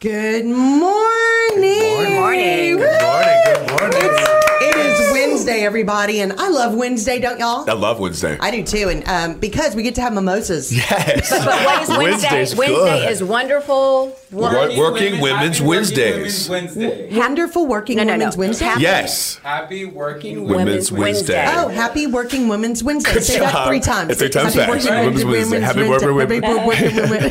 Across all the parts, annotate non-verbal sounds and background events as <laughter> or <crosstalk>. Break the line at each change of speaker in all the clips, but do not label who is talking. Good morning. Good
morning.
Woo!
Good morning. Good morning.
It is Wednesday, everybody, and I love Wednesday, don't y'all?
I love Wednesday.
I do too, and um, because we get to have mimosas.
<laughs> yes.
But what is
<laughs>
Wednesday?
Wednesday's
Wednesday
good.
is wonderful. Wor-
Wor- working
Women-
Women's
Happy Working
Wednesdays.
Women's
<laughs>
Wednesday.
Wonderful Working
No, no, no.
Women's Wednesday.
Happy-
Yes.
Happy Working
Women-
Women.
Women's
Women's
Wednesday.
Wednesday.
Oh, happy Working Women's Wednesday.
Good
Say that
job.
three times.
It's three times
Happy
fast.
Working
Women's Wednesday. Happy Working Women-
Happy Working
<laughs>
Women.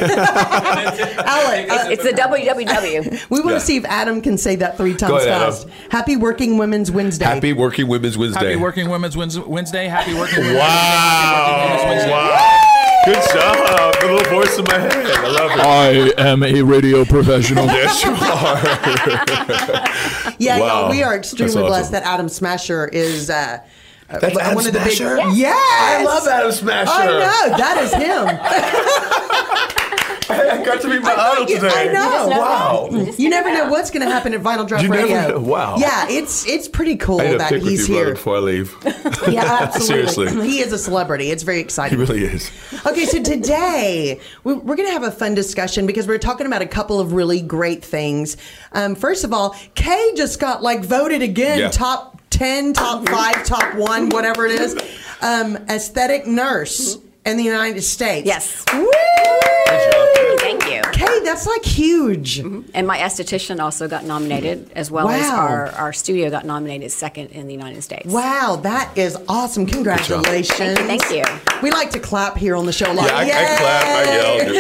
Alan, uh,
It's the WWW.
we want
Yeah.
to see if Adam can say that three times
ahead, Adam.
fast. Happy Working Women's Wednesday.
Happy Working Women's Wednesday.
Happy Working Women's Wednes- Wednesday. Happy Working Women's
Wow.
Wednesday.
Wow. Good job. The little voice in my head. I love it.
I am a radio professional.
Yes, you are.
Yeah,
Wow.
y'all, we are extremely
That's awesome.
blessed that Adam Smasher is uh,
That's Adam
one of the big.
Smasher?
Yes,
I love Adam Smasher.
I know that is
<laughs>
him.
I got to be my
thought
idol
you-
today.
I know.
Wow.
you never know what's going to happen at Vinyl Drop
You never
Radio.
know. Wow.
Yeah, it's it's pretty cool
I need a
that
pic
he's
with you, brother,
here.
before I leave. He <laughs>
Yeah, absolutely.
Seriously.
he is a celebrity. It's very exciting.
really is.
Okay, so today we- we're going to have a fun discussion because we're talking about a couple of really great things. Um, first of all, Kay just got like voted again
Yeah. Mm-hmm.
top 10, top 5, top 1, whatever it is, um, aesthetic nurse
Mm-hmm.
in the United States.
Yes.
Woo!
Thank you.
Kay, that's like huge.
And my esthetician also got nominated, as well as
Wow.
our, our studio got nominated second in the United States.
Wow, that is awesome.
job.
Congratulations.
Thank you, thank
We like to clap here on the show a lot.
Yeah, I, I
Yay!
clap. I yell.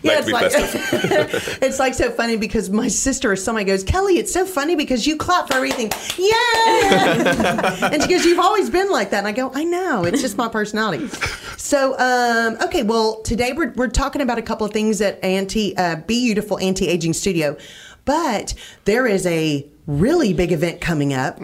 Yeah.
Yeah, it's
<laughs> like to be
like,
festive.
<laughs> it's like so funny because my sister or somebody goes, Kelly, it's so funny because you clap for everything. Yay! and she goes, You've always been like that. And I go, I know. It's just my personality. So, um, okay, well, today we're, we're talking about a couple of things at Anti uh, Beautiful Anti Aging Studio, but there is a really big event coming up.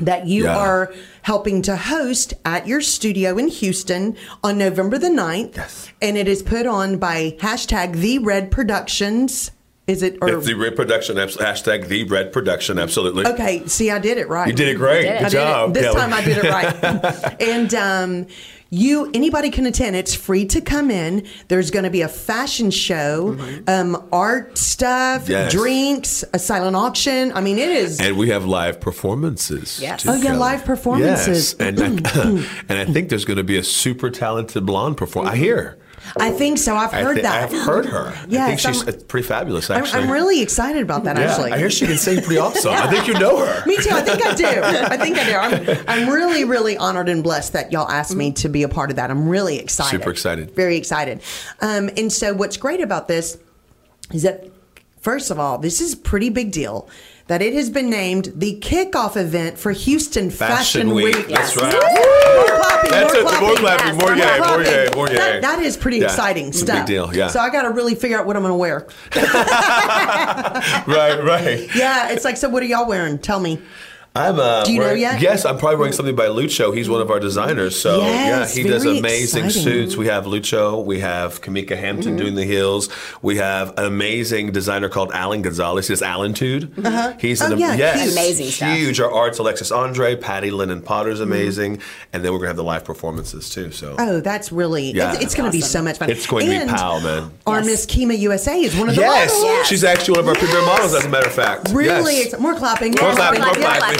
That you
Mm-hmm. Yeah.
are helping to host at your studio in Houston on November the 9th.
Yes.
And it is put on by hashtag The Red Productions. Is it or
It's the Red Production, abs- hashtag the Red Production, absolutely.
Mm. okay? See, I did it right.
You did it great.
did it.
Good
I did it.
job,
This
Kelly.
time I did it
<laughs>
right. and um, you, anybody can attend. It's free to come in. There's going to be a fashion show, um, art stuff,
Mm-hmm. Yes.
drinks, a silent auction. I mean, it is.
And we have live performances.
Yes.
too,
Oh,
yeah,
Kelly.
live performances. Mm,
Yes. And, I, <laughs> and I think there's going to be a super talented blonde performer. I hear.
I think so. I've
I
heard
thi-
that.
I've heard her. I
<gasps>
think
Yes,
she's
I'm-
uh, pretty fabulous,
I'm,
actually.
I'm really excited about that.
Yeah,
Actually,
I hear she can
<laughs>
sing pretty awesome. I think you know her.
Me too. I think I do. I think I do. I'm, I'm really, really honored and blessed that y'all asked me to be a part of that. I'm really excited.
Super excited.
Very excited. Um, and so, what's great about this is that, first of all, this is a pretty big deal that it has been named the kickoff event for Houston Fashion,
Fashion Week.
Yes.
That's right.
More clapping,
That's
more
it.
clapping.
More clapping. More
Yes,
yay. More yay.
clapping.
More yay.
That- that is pretty
Yeah.
exciting
It's a big
stuff.
deal, yeah.
So I got to really figure out what I'm going to wear. <laughs>
Right, right.
Yeah, it's like, so what are y'all wearing? Tell me.
I'm. Uh,
Do you know
wearing-
yet?
Yes, I'm probably wearing something by Lucho. He's one of our designers. So
Yes,
yeah, he does
very
amazing
exciting. Mm-hmm.
suits. We have Lucho. We have Kamika Hampton doing the heels. We have an amazing designer called Alan Gonzalez. He's Alantude. Uh-huh. He's an
Oh,
am-
yeah,
yes,
huge.
Amazing stuff.
huge. Our arts, Alexis Andre, Patty Lennon Potter's
Mm-hmm.
amazing, and then we're gonna have the live performances too. So
Oh, that's really,
Yeah.
it's, it's going to be so
Awesome.
much fun.
it's going to
And
be pow, man.
Our
Yes.
Miss Kima USA is one of the
Yes,
models.
she's actually one of our premier models. As a matter of fact,
Really,
Yes.
ex- more clapping.
More clapping, more
Yeah.
clapping.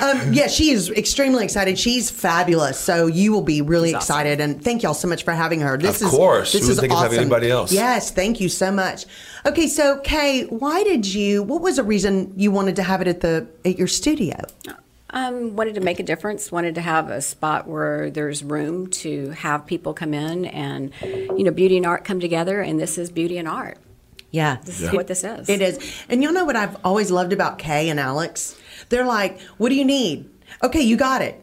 Um, yeah, she is extremely excited. She's fabulous. So you will be really
She's awesome.
excited, and thank y'all so much for having her. This
Of
is
course.
This
You
is
wouldn't think of
awesome.
having anybody else.
Yes, thank you so much. Okay, so Kay, why did you? What was the reason you wanted to have it at the at your studio?
Um, wanted to make a difference. Wanted to have a spot where there's room to have people come in and, you know, beauty and art come together. And this is beauty and art.
Yeah,
This is what this is.
It is. And y'all know what I've always loved about Kay and Alex? They're like, what do you need? Okay, you got it.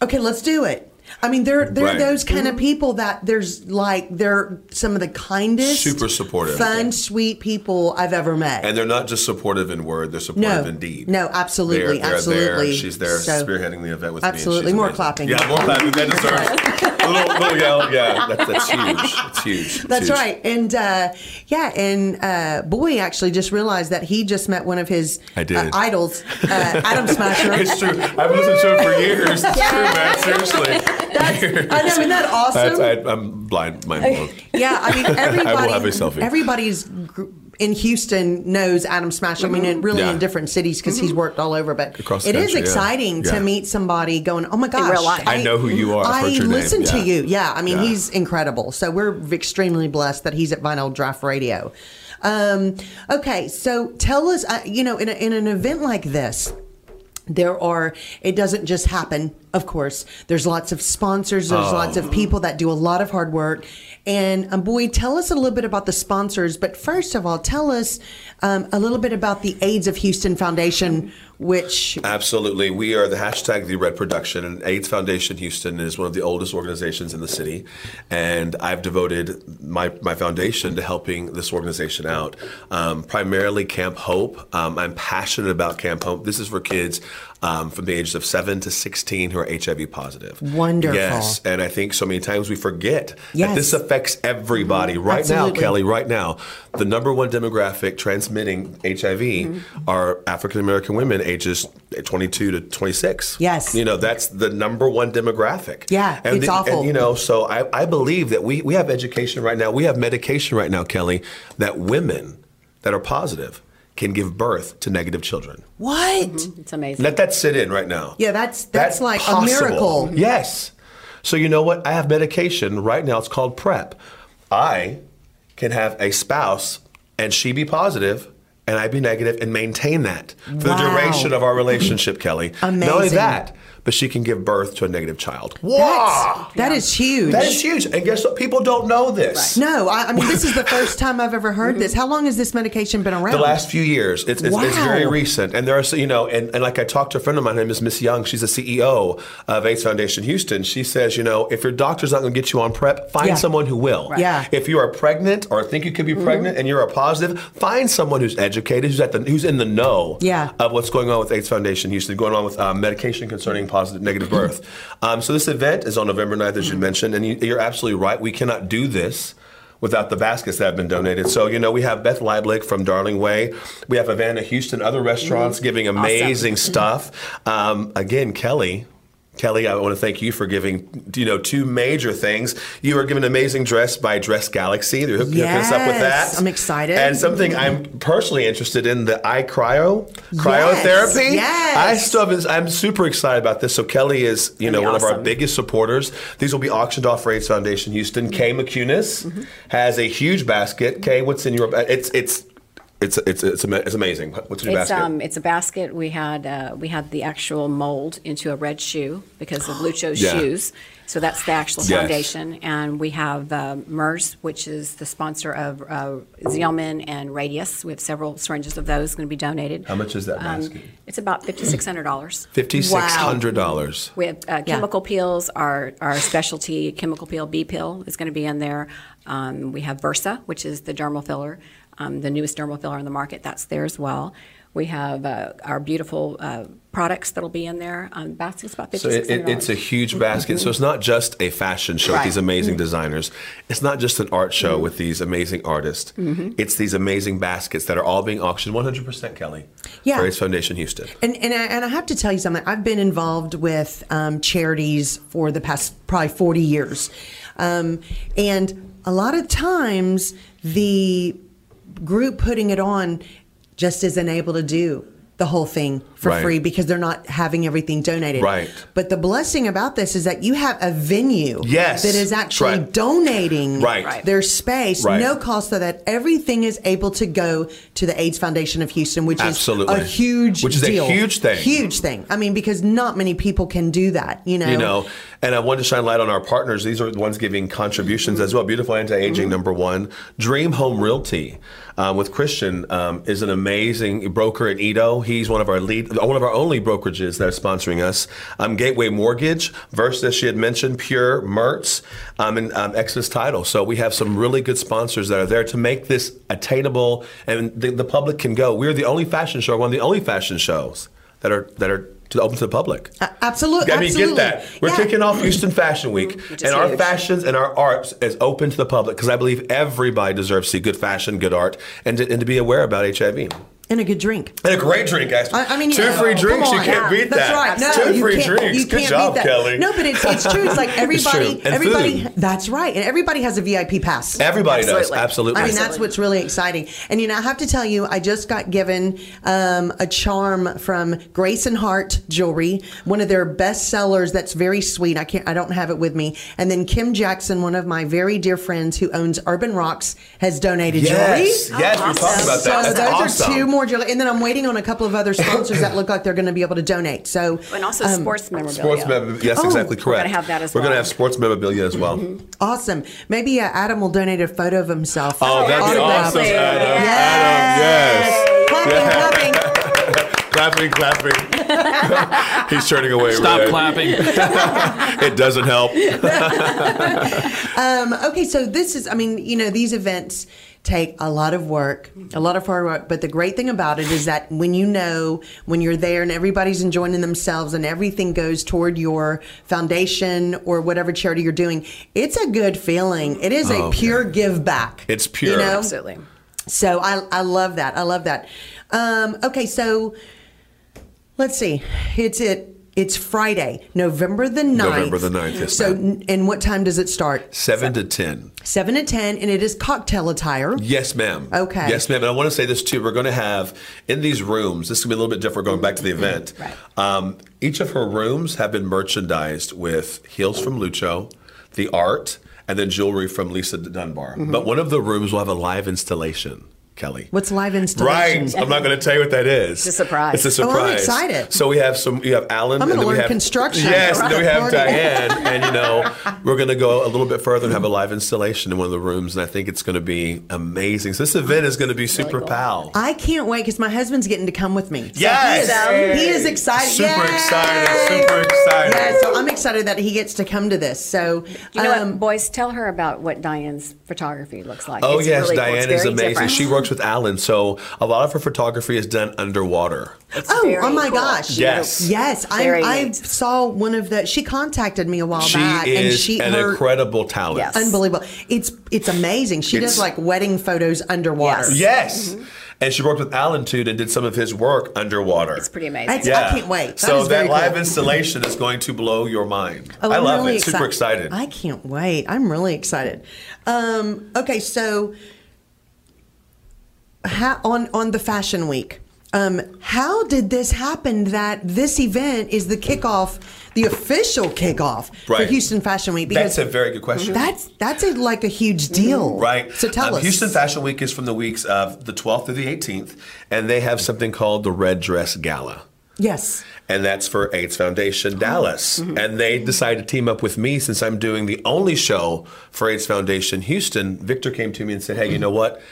Okay, let's do it. I mean, they're they're
Right.
those kind of people that there's like they're some of the kindest,
Super supportive.
fun, sweet people I've ever met.
And they're not just supportive in word; they're supportive
no,
in deed.
no, absolutely,
They're- they're there.
absolutely.
She's there
So-
spearheading the event with
Absolutely.
me. and she's
More clapping.
amazing. Yeah, more clapping. That
<laughs>
deserves a little, little yell. Yeah, that, that's huge. It's huge. It's
That's
huge.
right. And uh, yeah, and uh, Boy actually just realized that he just met one of his
I did.
Uh, idols, uh, Adam Smasher.
<laughs> It's true. I've listened to it for years. It's true, man. Seriously.
That That's, I know, isn't that awesome?
I, I, I'm blind, mind blown.
Yeah, I
<laughs>
mean, everybody,
have a selfie.
everybody's gr- in Houston knows Adam Smash. I mean,
Mm-hmm.
in, really
Yeah.
in different cities because he's worked all over. But
Across the
it is
country, yeah.
exciting
Yeah.
to meet somebody going, "Oh my gosh,
real life.
I know who you are. I've
I
heard your name."
listen to
Yeah.
you." Yeah, I mean,
Yeah.
he's incredible. So we're extremely blessed that he's at Vinyl Draft Radio. Um, okay, so tell us, uh, you know, in, a, in an event like this, there are it doesn't just happen of course there's lots of sponsors
Oh.
there's lots
Mm-hmm.
of people that do a lot of hard work and um, boy tell us a little bit about the sponsors but first of all tell us um, a little bit about the aids of houston foundation which
Absolutely. We are the hashtag The Red Production, and AIDS Foundation Houston is one of the oldest organizations in the city. And I've devoted my, my foundation to helping this organization out, um, primarily Camp Hope. Um, I'm passionate about Camp Hope. This is for kids um, from the ages of 7 to 16 who are HIV positive.
Wonderful.
Yes. And I think so many times we forget
Yes.
that this affects everybody. Right
Absolutely.
now, Kelly, right now, the number one demographic transmitting HIV
Mm-hmm.
are African American women ages 22 to 26.
Yes.
You know, that's the number one demographic.
Yeah,
and
it's
the-
awful.
And, you know, so I, I believe that we, we have education right now, we have medication right now, Kelly, that women that are positive can give birth to negative children.
what
Mm-hmm.
It's amazing.
Let that sit in right now.
Yeah, that's- that's like a miracle.
Yes. So you know what? I have medication right now. It's called PrEP. I can have a spouse and she be positive and I be negative and maintain that for the
Wow.
duration of
<laughs>
our relationship, Kelly. Not only
Amazing.
that, but she can give birth to a negative child. Wow.
That's- that is huge
That is huge. And guess what? People don't know this.
no I, I mean this is the first time i've ever heard
<laughs>
this how long has this medication been around
The last few years, it's, it's, it's very
Wow.
recent, and there are so- you know, and, and like I talked to a friend of mine, her name is Miss Young. She's a CEO of AIDS Foundation Houston. She says, you know, if your doctor's not going to get you on prep, find
Yeah.
someone who will.
Yeah. Mm-hmm.
If you are pregnant or think you could be pregnant and you're a positive, find someone who's educated, who's at the who's in the know.
Yeah.
Of what's going on with AIDS Foundation Houston, going on with um, medication concerning positive negative birth. um, so this event is on November 9th, as you mentioned, and you, you're absolutely right. We cannot do this without the baskets that have been donated. So, you know, we have Beth Leiblich from Darling Way. We have Havana Houston, other restaurants giving amazing
Mm-hmm.
stuff. Um, again, Kelly. Kelly, I want to thank you for giving, you know, two major things. You are giving an amazing dress by Dress Galaxy. They're hooking us up with
Yes,
that.
I'm excited.
And something I'm personally interested in, the eye cryo, cryotherapy.
yes.
I still haven't, I'm super excited about this. So Kelly is, you know,
be
one of our
awesome.
big biggest supporters. These will be auctioned off for AIDS Foundation Houston. Kay McCunis
Mm-hmm.
has a huge basket. Kay, what's in your? ba- It's it's it's it's it's, ama- it's amazing. What's in your
It's
basket?
um, it's a basket. We had uh, we had the actual mold into a red shoe
<gasps>
because of Lucho's
Yeah.
shoes. So that's the actual
Yes.
foundation, and we have uh, MERS, which is the sponsor of uh, Zelman and Radius. We have several syringes of those going to be donated.
How much is that
um,
basket?
It's about fifty six hundred dollars.
Fifty six hundred dollars.
We have uh, chemical peels. Our our specialty chemical peel B pill is going to be in there. Um, we have Versa, which is the dermal filler, um, the newest dermal filler on the market. That's there as well. We have uh, our beautiful uh, products that'll be in there. Um, basket's about
So
fifty six
it,
hundred
it, it's a huge basket. So it's not just a fashion show with
Right.
these amazing designers. It's not just an art show with these amazing artists. It's these amazing baskets that are all being auctioned 100% Kelly
Yeah.
for AIDS Foundation Houston.
And and I, and I have to tell you something. I've been involved with um, charities for the past probably forty years, um, and a lot of times the group putting it on just isn't able to do the whole thing for
Right.
free because they're not having everything donated.
Right.
But the blessing about this is that you have a venue
Yes.
that is actually
Right.
donating
Right. Right.
their space,
Right.
no cost, so that everything is able to go to the AIDS Foundation of Houston, which
Absolutely.
is a huge
Which is a
deal.
huge thing.
Huge thing. I mean, because not many people can do that, you know.
You know, and I wanted to shine light on our partners. These are the ones giving contributions as well. Beautiful Anti Aging, number one. Dream Home Realty um, with Christian um, is an amazing broker in Edo. He's one of our lead, uh, one of our only brokerages that are sponsoring us. Um, Gateway Mortgage, Versus, as she had mentioned, Pure, Mertz, um, and um, Exodus Title. So we have some really good sponsors that are there to make this attainable, and the, the public can go. We're the only fashion show, one of the only fashion shows that are that are to, open to the public.
Absolutely.
I mean,
absolutely.
get that. We're
Yeah.
kicking off Houston Fashion Week,
Which is
and our
huge.
fashions and our arts is open to the public because I believe everybody deserves to see good fashion, good art, and to, and to be aware about HIV.
and a good drink.
And a great drink, actually.
I, I mean,
two
yeah.
free
Come
drinks. You
on.
can't beat
That's
that.
right. No,
two
you
free
can't,
drinks.
You
Good
can't
job,
beat that.
Kelly.
No, but it's, it's true.
<laughs>
It's like everybody,
And
everybody.
food.
That's right, and everybody has a VIP pass.
Everybody does.
Absolutely.
Absolutely.
I mean, that's what's really exciting. And you know, I have to tell you, I just got given um, a charm from Grace and Hart Jewelry, one of their best sellers. That's very sweet. I can't, I don't have it with me. And then Kim Jackson, one of my very dear friends who owns Urban Rocks, has donated jewelry.
yes. Yes, we talked about
So
that.
those
That's awesome.
are two more jewelry, and then I'm waiting on a couple of other sponsors that look like they're going to be able to donate. So
And also sports memorabilia.
Sports memorabilia. Yes,
Oh,
exactly correct.
gonna have that as
We're going to
well.
have sports memorabilia as well.
awesome! Maybe uh, Adam will donate a photo of himself.
Oh, that'd be
Autographed.
awesome, Adam.
Yes.
Adam,
Clapping, clapping.
yes. <laughs> <laughs> Clapping,
<laughs>
clapping. He's turning away.
Stop
Renee. <laughs>
clapping.
It doesn't help.
Um, okay, so this is, I mean, you know, these events take a lot of work, a lot of hard work, but the great thing about it is that when you know, when you're there and everybody's enjoying themselves and everything goes toward your foundation or whatever charity you're doing, it's a good feeling. It is a pure give back.
Oh, It's pure.
You know?
Absolutely.
So I, I love that. I love that. Um, okay, so let's see. It's it. It's Friday, November the 9th.
November the 9th, yes,
So,
ma'am.
and what time does it start?
Seven to ten.
7 to 10 and it is cocktail attire
Yes, ma'am.
Okay.
Yes, ma'am. And I want to say this too. We're going to have in these rooms. This is going to be a little bit different. Going back to the
Mm-hmm.
event.
Right.
Um, each of her rooms have been merchandised with heels from Lucho, the art, and then jewelry from Lisa Dunbar. But one of the rooms will have a live installation. Kelly.
Mm-hmm. what's live installation
Right. I'm not going to tell you what that is. It's
a surprise.
It's a
Oh, I'm
surprise.
excited.
So we have some. You have Alan.
I'm gonna
and then we
learn
have-
construction.
Yes. And then we have
Party.
Diane, and you know, we're going to go a little bit further and have a live installation in one of the rooms, and I think it's going to be amazing. So this event is going to be super
cool.
pal.
i can't wait because my husband's getting to come with me So
Yes!
he is, he is excited
Super
Yay!
excited, super excited.
yeah so i'm excited that he gets to come to this so
You know
um,
what, boys, tell her about what Diane's photography looks like.
Oh
It's
yes,
really cool. It's
Diane is
very
amazing.
different.
She works with Alan, so a lot of her photography is done underwater.
It's
Oh,
very
oh my
cool.
gosh.
Yes.
Yes. I,
Very
I
neat.
saw one of the, she contacted me a while
She
back.
is an
her-
incredible talent.
Yes.
Unbelievable. It's it's amazing. She
It's-
does like wedding photos underwater.
Yes.
Yes.
And she worked with Alan too and did some of his work underwater.
It's pretty amazing.
That's- I can't wait. That
so
is
that
very
live
cool.
installation is going to blow your mind.
Oh,
I
I'm
love
really
it. Super
excite-
excited.
I can't wait. I'm really excited. Um, okay, so how, on on the fashion week, um, how did this happen? That this event is the kickoff, the official kickoff for
Right.
Houston Fashion Week.
That's a very good question.
that's that's a, like a huge deal,
Right.
So tell
Um,
us,
Houston Fashion Week is from the weeks of the 12th to the 18th, and they have something called the Red Dress Gala.
Yes,
and that's for AIDS Foundation
Oh.
Dallas.
Mm-hmm.
And they decided to team up with me since I'm doing the only show for AIDS Foundation Houston. Victor came to me and said, "Hey, you know what?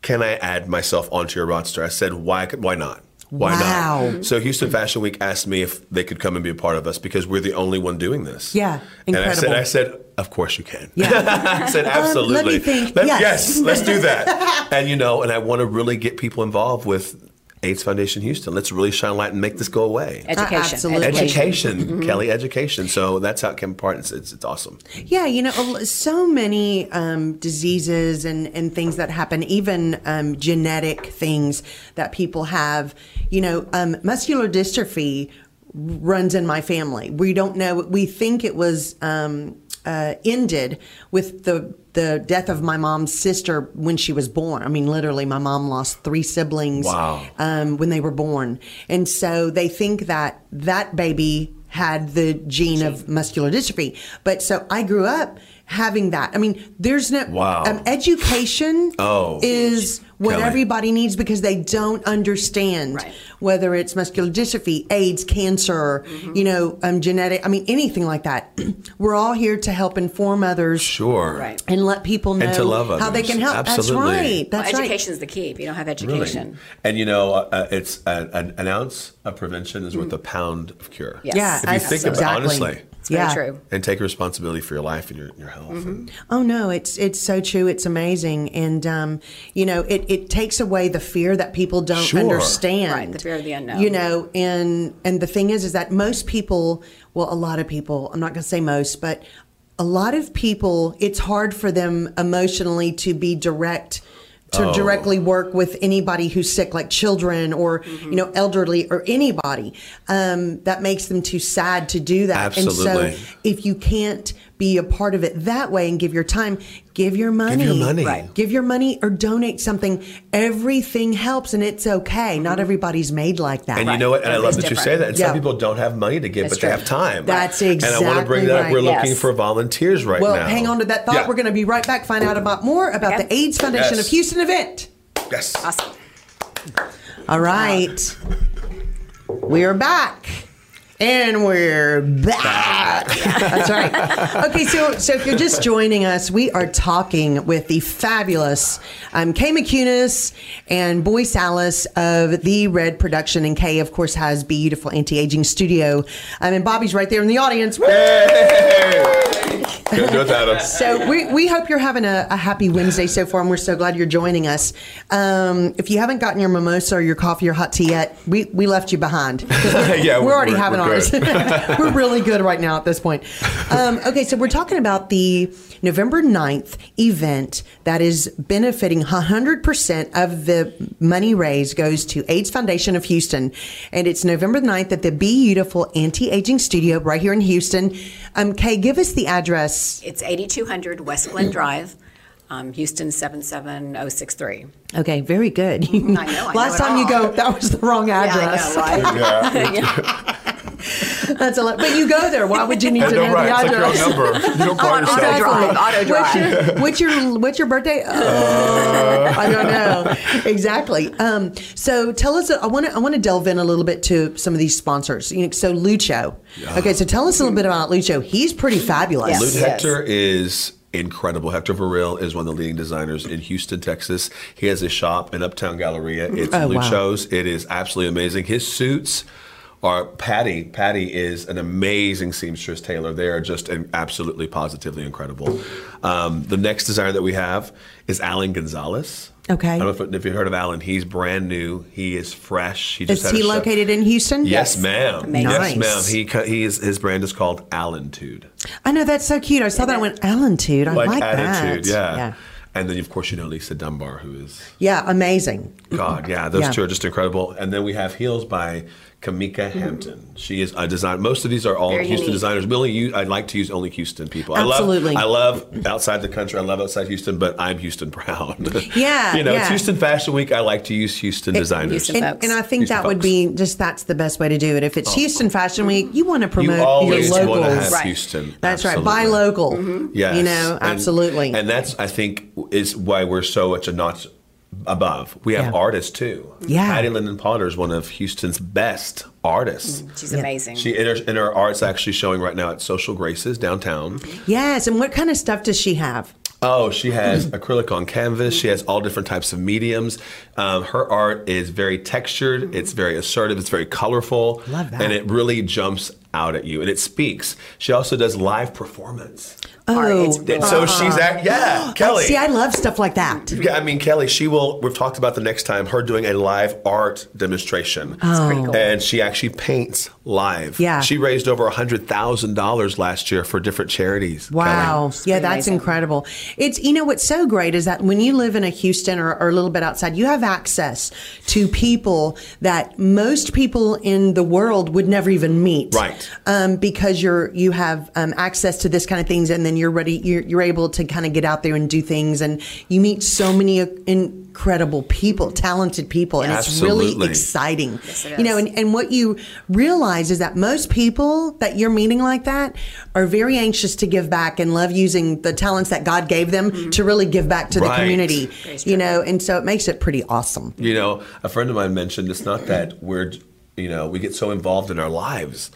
Can I add myself onto your roster?" I said, "Why? Why not?" Why
Wow.
not? So Houston Fashion Week asked me if they could come and be a part of us because we're the only one doing this.
Yeah,
And
incredible.
I said, I said, of course you can.
Yeah.
<laughs>
Um,
I said, absolutely.
think.
Let-
Yes.
yes, let's do that. <laughs> and you know, and I want to really get people involved with AIDS Foundation Houston. Let's really shine a light and make this go away.
Education.
absolutely.
Education,
Mm-hmm.
Kelly, education. So that's how it came apart. It's, it's, it's awesome.
Yeah, you know, a l- so many um, diseases and, and things that happen, even um, genetic things that people have. You know, um, muscular dystrophy runs in my family. We don't know. We think it was um, uh, ended with the the death of my mom's sister when she was born. I mean, literally, my mom lost three siblings
Wow.
um, when they were born. And so they think that that baby had the gene of muscular dystrophy. But so I grew up having that. I mean, there's no
Wow.
um, education
Oh.
is what
Kelly.
everybody needs because they don't understand
Right.
whether it's muscular dystrophy, AIDS, cancer,
Mm-hmm.
you know, um, genetic, I mean, anything like that. <clears throat> We're all here to help inform others
Sure.
Right.
and let people know
And to love
how they
others.
can help.
Absolutely.
That's right.
Well,
That's right.
education is the key. If you don't have
Really.
education,
And you know, uh, it's uh, an, an ounce of prevention is worth a pound of cure.
Yes.
Mm-hmm. Yeah,
If
you
I-
think about- honestly.
it's very
yeah.
true.
And take responsibility for your life and your, your health. And
Oh no, it's it's so true. It's amazing, and um, you know, it, it takes away the fear that people don't
Sure.
understand.
Right, the fear of the unknown.
You know, and and the thing is, is that most people, well, a lot of people. I'm not going to say most, but a lot of people. It's hard for them emotionally to be direct
Oh.
to directly work with anybody who's sick, like children or
Mm-hmm.
you know elderly or anybody. Um, that makes them too sad to do that. And
Absolutely.
so if you can't be a part of it that way and give your time, give your money.
your money.
Right.
Give your money or donate something. Everything helps, and it's okay. Not everybody's made like that.
And you know what? And I love that
Everybody's
you say that. And some
Yeah.
people don't have money to give,
That's
but
true.
they have time.
That's
And I want to bring
exactly
that up. We're
right.
looking
Yes.
for volunteers right
Well,
now.
hang on to that thought.
Yeah.
We're going to be right back. Find out about more about
Okay.
the AIDS Foundation
Yes.
of Houston event.
Yes.
Awesome.
All right, we're back. And we're back. That's right. Okay, so so if you're just joining us, we are talking with the fabulous um, Kay McCunis and Boy Salas of The Red Production. And Kay, of course, has Beautiful Anti Aging Studio. Um, and Bobby's right there in the audience. Woo!
Good with Adam.
<laughs> So we, we hope you're having a, a happy Wednesday so far, and we're so glad you're joining us. Um, if you haven't gotten your mimosa or your coffee or hot tea yet, we, we left you behind. 'Cause We're,
<laughs> Yeah,
we're
Oh, we're-
already
we're-
having
we're
ours. <laughs>
good.
we're really good right now at this point. Um, okay, so we're talking about the November 9th event that is benefiting 100% of the money raised goes to AIDS Foundation of Houston. And it's November 9th at the Beautiful Anti-Aging Studio right here in Houston. Um, Kay, give us the address.
It's 8200 West Glen Drive, um, Houston 77063.
Okay, very good.
I know, I know
Last
it
time you
all.
go, that was the wrong address. <laughs>
Yeah, I know, right?
That's a lot. But you go there. Why would you need to
And
know
don't write.
the address?
It's like your own number. You
<laughs>
don't call yourself.
Auto drive. Auto
What's
drive.
your, Oh, what's your what's your
<laughs>
birthday? Uh, I don't know exactly. Um, so tell us. I want to I want to delve in a little bit to some of these sponsors. You know, so Lucho. Okay, so tell us a little bit about Lucho. He's pretty fabulous.
Yes.
Lute
Lucho.
Hector is incredible. Hector Verrill is one of the leading designers in Houston, Texas. He has a shop in Uptown Galleria. It's
Oh, wow.
Lucho's. It is absolutely amazing. His suits are Patty. Patty is an amazing seamstress tailor. They are just an- absolutely positively incredible. Um, the next designer that we have is Alan Gonzalez.
Okay.
I don't know if, if you've heard of Alan. He's brand new. He is fresh. He just
Is
had
he
a show-
located in Houston?
Yes, ma'am.
Amazing.
Yes,
Nice.
ma'am. He, co- he is, his brand is called Alentude
I know that's so cute. I saw that. I went Allentude. I like,
like, attitude,
that.
yeah.
yeah.
And then, of course, you know Lisa Dunbar, who is
Yeah, amazing.
God, yeah. Those
Yeah.
two are just incredible. And then we have heels by Kamika Hampton. She is a design. Most of these are all
Very
Houston
unique.
designers. We only use, I like to use only Houston people.
Absolutely.
I love, I love outside the country. I love outside Houston, but I'm Houston <laughs> proud.
Yeah,
you know, it's
yeah.
Houston Fashion Week. I like to use Houston designers.
Houston
And,
folks.
and I think
Houston
that would
folks.
be just that's the best way to do it. If it's Houston Fashion Week, you want to
you
promote
always
your
want to
locals.
have
Right.
Houston.
That's right.
Absolutely.
Buy
Mm-hmm.
local.
Yes.
You know,
And-
absolutely.
And that's I think is why we're so much a notch above. We have
Yeah.
artists too.
Yeah.
Patty Lyndon Potter is one of Houston's best artists.
Mm.
She's amazing.
She and her, and her art's actually showing right now at Social Graces downtown.
yes. And what kind of stuff does she have?
Oh, she has <clears throat> acrylic on canvas. She has all different types of mediums. Um, her art is very textured. It's very assertive. It's very colorful.
Love that.
And it really jumps out at you, and it speaks. She also does live performance.
Art, it's
Oh.
And
really-
so she's at
<gasps>
yeah, Kelly.
See, I love stuff like that.
Yeah, I mean, Kelly, she will. We've talked about the next time her doing a live art demonstration.
Oh.
pretty cool.
And she actually paints live.
Yeah.
She raised over $100,000 last year for different charities. Kelly.
Wow. Yeah,
pretty
that's
amazing.
incredible. It's, you know, what's so great is that when you live in a Houston or, or a little bit outside, you have access to people that most people in the world would never even meet.
Right.
Um, because you're, you have um, access to this kind of things and then you're ready, you're, you're able to kind of get out there and do things and you meet so many uh, incredible people, talented people. And it's really
Absolutely.
exciting.
it
You know,
is.
and, and what you realize is that most people that you're meeting like that are very anxious to give back and love using the talents that God gave them
Mm-hmm.
to really give back to the
Right.
community. You know, and so it makes it pretty awesome.
You know, a friend of mine mentioned it's not that we're, you know, we get so involved in our lives,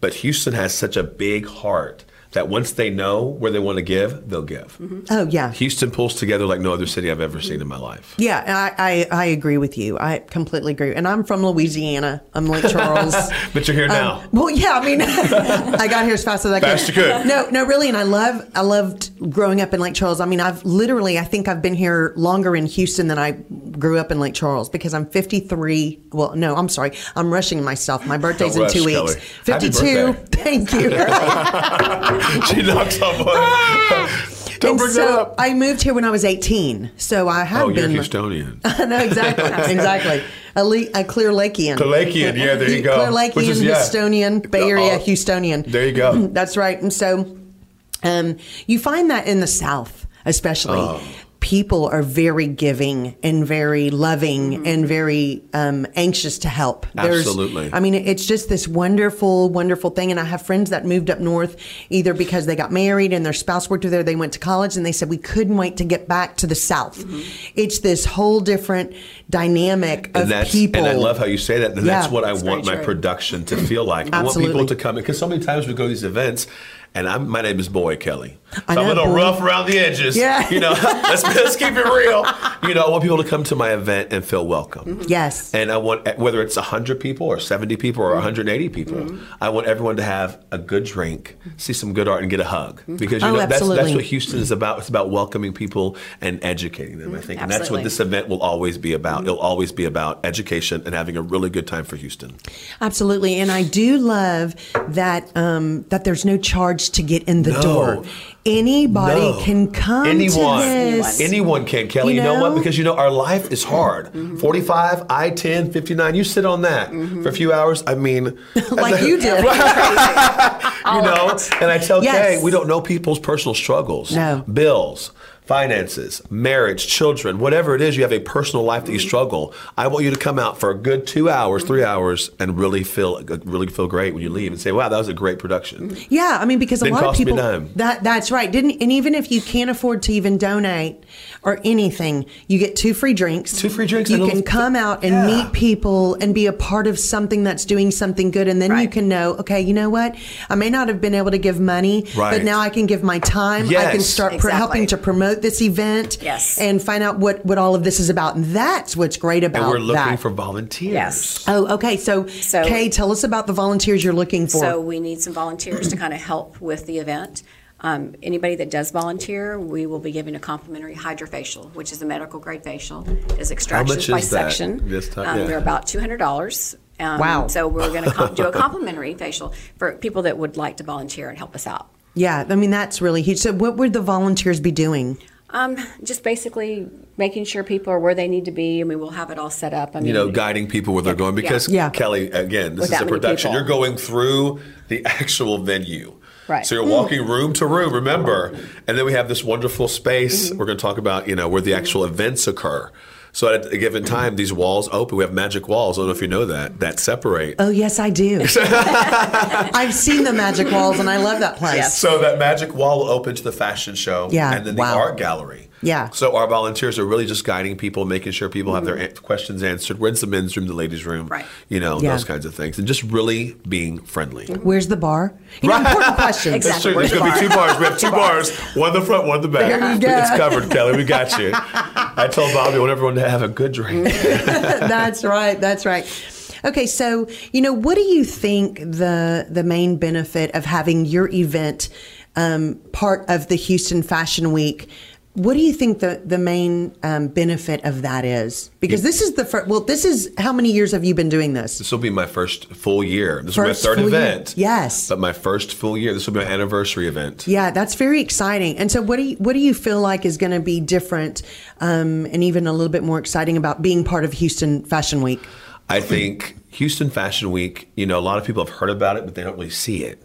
but Houston has such a big heart that once they know where they want to give, they'll give.
Oh yeah.
Houston pulls together like no other city I've ever seen in my life.
Yeah, and I, I, I agree with you. I completely agree. And I'm from Louisiana. I'm Lake Charles.
But you're here
Um,
now. <laughs>
Well, yeah, I mean, <laughs> I got here as fast as I could.
Fast you could.
No, no, really, and I love, I loved growing up in Lake Charles. I mean, I've literally, I think I've been here longer in Houston than I grew up in Lake Charles because I'm 53. Well, no, I'm sorry, I'm rushing myself. My birthday's
Don't
in two
rush,
weeks.
Kelly. Happy
52. <laughs>
<laughs> birthday.
Thank you. <laughs>
she knocks on wood. Don't
And
bring
so
that up.
I moved here when I was 18, so I had
oh, you're
been. <laughs>
Houstonian.
no,
<laughs>
exactly, exactly. A, le- a Clear Lakean.
Lakean, yeah, there you go.
Clear Lakean,
Which is- yeah.
Houstonian, Bay Area
Uh-oh.
Houstonian.
There you go.
<clears throat> That's right. And so um, you find that in the South, especially.
Oh.
People are very giving and very loving
Mm-hmm.
and very um, anxious to help.
Absolutely.
I mean, it's just this wonderful, wonderful thing. And I have friends that moved up north either because they got married and their spouse worked there, they went to college, and they said, We couldn't wait to get back to the South. It's this whole different dynamic of
Mm-hmm. and that's
people.
and I love how you say that. And that's
Yeah.
what I
It's
very
want my
true.
production to feel like. I want
Absolutely.
people to come in because so many times we go to these events. And I'm my name is Boy Kelly. So
I
I'm a
know,
little
boy.
rough around the edges.
Yeah.
You know, <laughs> let's, let's keep it real. You know, I want people to come to my event and feel welcome.
Yes.
And I want, whether it's 100 people or 70 people or 180 people,
Mm-hmm.
I want everyone to have a good drink, see some good art, and get a hug. Because you
Oh,
know, that's, that's
absolutely.
what Houston is about. It's about welcoming people and educating them, I
Mm-hmm.
think. And that's what
Absolutely.
this event will always be about. It'll always be about education and having a really good time for Houston.
Absolutely, and I do love that um, that there's no charge to get in the
No.
door. Anybody
No.
can come
anyone,
to this.
anyone can, Kelly. You know?
know? Mm-hmm.
what? Because you know our life is hard. 45, I 10, 59. You sit on that for a few hours. I
<laughs>
mean,
Like you did.
you know, and I tell
Yes.
Kay, we don't know people's personal struggles,
No.
bills, finances, marriage, children, whatever it is. You have a personal life that you struggle. I want you to come out for a good two hours, three hours, and really feel really feel great when you leave and say, "Wow, that was a great production."
Yeah, I mean because a
Didn't
lot of
cost me a
people
dime.
that that's right. Didn't and even if you can't afford to even donate or anything, you get two free drinks.
Two free drinks
You
and a
can
little-
come out and
Yeah.
meet people and be a part of something that's doing something good, and then you
Right.
can know, okay, you know what? I may not have been able to give money,
Right.
but now I can give my time. I can
Yes.
start pro-
Exactly.
helping to promote this event.
Yes.
and find out what what all of this is about, and that's what's great about.
And we're looking
that.
for volunteers.
Yes.
Oh, okay. So,
So-
Kay, tell us about the volunteers you're looking for.
So we need some volunteers to kind of help with the event. Um, anybody that does volunteer, we will be giving a complimentary hydrofacial, which is a medical grade facial. Is extractions
is
by
that
section.
this time?
Um,
Yeah.
They're about two hundred dollars. Um,
Wow.
So we're going to
<laughs>
com- do a complimentary facial for people that would like to volunteer and help us out.
Yeah, I mean that's really huge. So, what would the volunteers be doing?
Um, just basically making sure people are where they need to be, and we will have it all set up. I mean,
you know, guiding people where they're going. Because
Yeah. Yeah.
Kelly, again, this
With
is
that
a
many
production.
people.
You're going through the <laughs> actual venue.
Right.
So you're walking room to room, remember? And then we have this wonderful space
Mm-hmm.
we're going to talk about, you know, where the actual events occur. So at a given time, these walls open. We have magic walls. I don't know if you know that, that separate.
Oh, yes, I
<laughs>
do. I've seen the Magic Walls, and I love that place.
Yes.
So that magic wall will open to the fashion show
Yeah,
and then
wow.
the art gallery.
Yeah.
So our volunteers are really just guiding people, making sure people have their an- questions answered. When's the men's room, the ladies' room?
Right.
You know,
Yeah.
those kinds of things. And just really being friendly.
Where's the bar? You know, important question.
Exactly.
Sure, there's
Where's the
going to be two
bar?
bars. We
<laughs>
have two bars, one in the front, one in the back.
There you go.
It's covered, Kelly. We got you. I told Bobby I want everyone to have a good drink.
Mm-hmm. <laughs> that's right. That's right. Okay, so you know, what do you think the the main benefit of having your event um, part of the Houston Fashion Week? What do you think the the main um, benefit of that is? Because this is the first. Well, this is how many years have you been doing this?
This will be my first full year. This will be my
First
third
full year.
event.
Yes.
But my first full year. This will be my anniversary event.
Yeah, that's very exciting. And so, what do you, what do you feel like is going to be different, um, and even a little bit more exciting about being part of Houston Fashion Week?
I think Houston Fashion Week, you know, a lot of people have heard about it, but they don't really see it.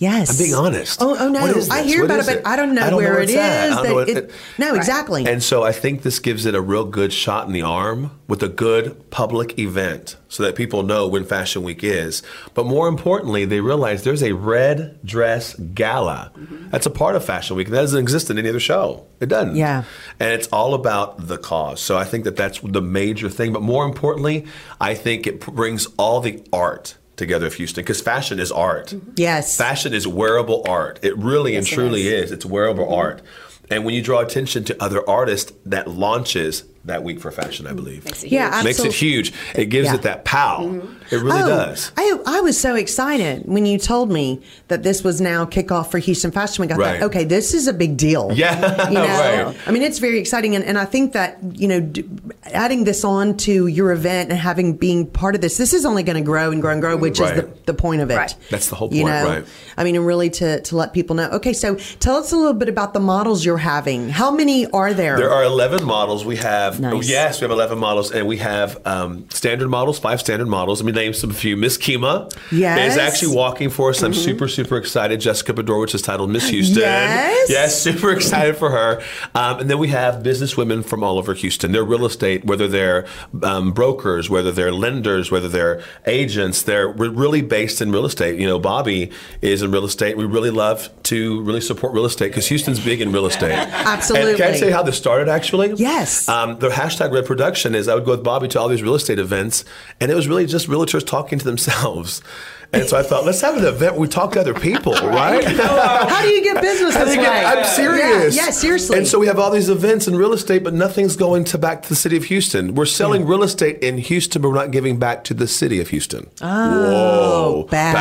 Yes,
I'm being honest.
Oh, oh no,
What is
I
this?
hear
What
about it,
is
but I don't know where, it
it's
is.
at. I don't
that
know what
it-
it-
no, exactly.
And so I think this gives it a real good shot in the arm with a good public event so that people know when Fashion Week is. But more importantly, they realize there's a red dress gala.
Mm-hmm.
That's a part of Fashion Week. and That doesn't exist in any other show. It doesn't.
Yeah.
And it's all about the cause. So I think that that's the major thing. But more importantly, I think it p- brings all the art together of Houston because fashion is art.
yes,
Fashion is wearable art. It really and
Yes, it Mm-hmm.
truly is. It's wearable art. And when you draw attention to other artists that launches that week for fashion, I believe.
Mm-hmm. Makes it
Yeah,
huge. Mm-hmm.
I'm-
Makes it
Absol-
huge. It gives
Yeah.
it that pow. It really
Oh,
does. <laughs>
I, I was so excited when you told me that this was now kickoff for Houston Fashion Week. I
Right.
thought, okay, this is a big deal.
Yeah,
You know?
Oh, right.
I mean, it's very exciting. And, and I think that, you know, d- adding this on to your event and having being part of this, this is only going to grow and grow and grow, which
Right.
is the, the point of it.
Right.
That's the whole
You
point,
know?
right.
I mean, and really to, to let people know. Okay, so tell us a little bit about the models you're having. How many are there?
There are 11 models. We have, oh,
Nice.
yes, we have 11 models, and we have um, standard models, five standard models. Let me name some few. Miss Kima
Yes. Mm-hmm.
is actually walking for us. I'm super, super excited. Jessica Bedore, which is titled Miss Houston.
Yes.
Yes, super excited for her. Um, and then we have businesswomen from all over Houston. They're real estate, whether they're um, brokers, whether they're lenders, whether they're agents. They're we're really based in real estate. You know, Bobby is in real estate. We really love to really support real estate because Houston's big in real estate. And can I
<laughs> Absolutely.
say how this started actually?
Yes.
Um, the hashtag Red Production is I would go with Bobby to all these real estate events, and it was really just realtors talking to themselves. And so I thought, let's have an event where we talk to other people, right?
How do you get business
<laughs> I
this
think
way?
it- I'm serious.
Yeah, yeah, seriously.
And so we have all these events in real estate, but nothing's going to back to the city of Houston. We're selling real estate in Houston, but we're not giving back to the city of Houston. Oh, Whoa,
bad.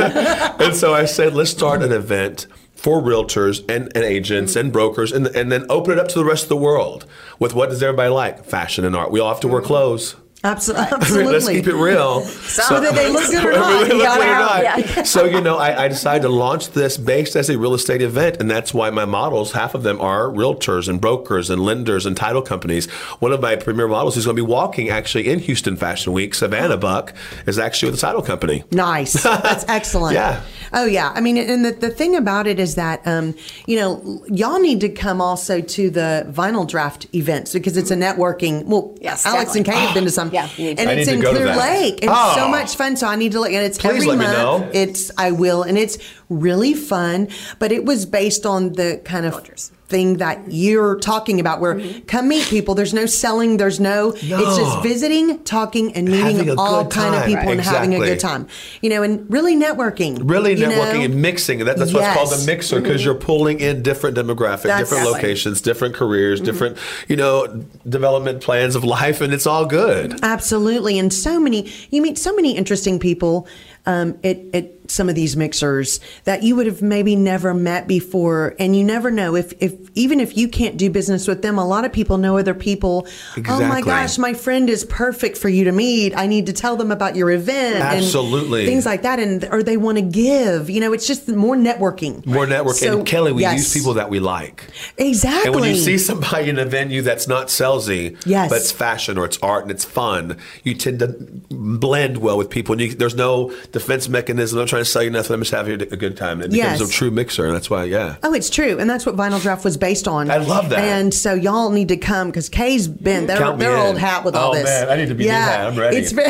<laughs>
bad. and so I said, let's start an event for realtors and, and agents and brokers and, and then open it up to the rest of the world with what does everybody like? Fashion and art. We all have to wear
Mm.
clothes.
Abso-
I mean,
Absolutely.
<laughs> let's keep it <laughs> real. So,
Whether they look good or not,
<laughs> Whether they
you
look
gotta
good or not.
have-
So you know, I, I decided to launch this based as a real estate event, and that's why my models, half of them are realtors and brokers and lenders and title companies. One of my premier models is going to be walking actually in Houston Fashion Week. Savannah Buck is actually with a title company.
Nice. That's
<laughs>
excellent.
Yeah.
Oh yeah. I mean, and the, the thing about it is that um, you know y'all need to come also to the vinyl draft events because it's a networking. Well,
Yes,
Alex and Kay have been to some,
Yeah, you
and
need to.
I
it's
need to
in
go to
Clear
that.
Lake. It's
Oh.
so much fun. So I need to look, and it's
Please
every
let me
month.
know.
It's I will, and it's really fun. But it was based on the kind of.
Cultures.
Thing that you're talking about, where
Mm-hmm.
come meet people. There's no selling. There's no. It's
No.
just visiting, talking, and meeting
Having a
all
good
kind of
time.
people and having a
Exactly.
good time um, you know and really networking
Really
you
networking
know?
and mixing. That, that's what's called
Yes.
a mixer because you're pulling in different demographics,
That's
different
right.
locations, different careers, different, you know, development plans of life, and it's all good.
absolutely and so many you meet so many interesting people um, at, at some of these mixers that you would have maybe never met before and you never know if, if even if you can't do business with them a lot of people know other people oh my
Exactly.
gosh my friend is perfect for you to meet i need to tell them about your event and
Absolutely.
things like that and or they want to give you know it's just more networking
More networking.
So,
and Kelly, we
yes.
use people that we like.
exactly
And when you see somebody in a venue that's not salesy,
Yes.
but it's fashion or it's art and it's fun, you tend to blend well with people. And you, there's no defense mechanism. I'm trying to sell you nothing. I'm just having a good time. It
Yes.
becomes a true mixer. And that's why, yeah.
Oh, it's true, and that's what Vinyl Draft was based on.
I love that.
And so y'all need to come because Kay's been their,
Count me
their
in.
old hat with all
Oh,
this.
man, I need to be new hat. I'm ready.
It's been- <laughs>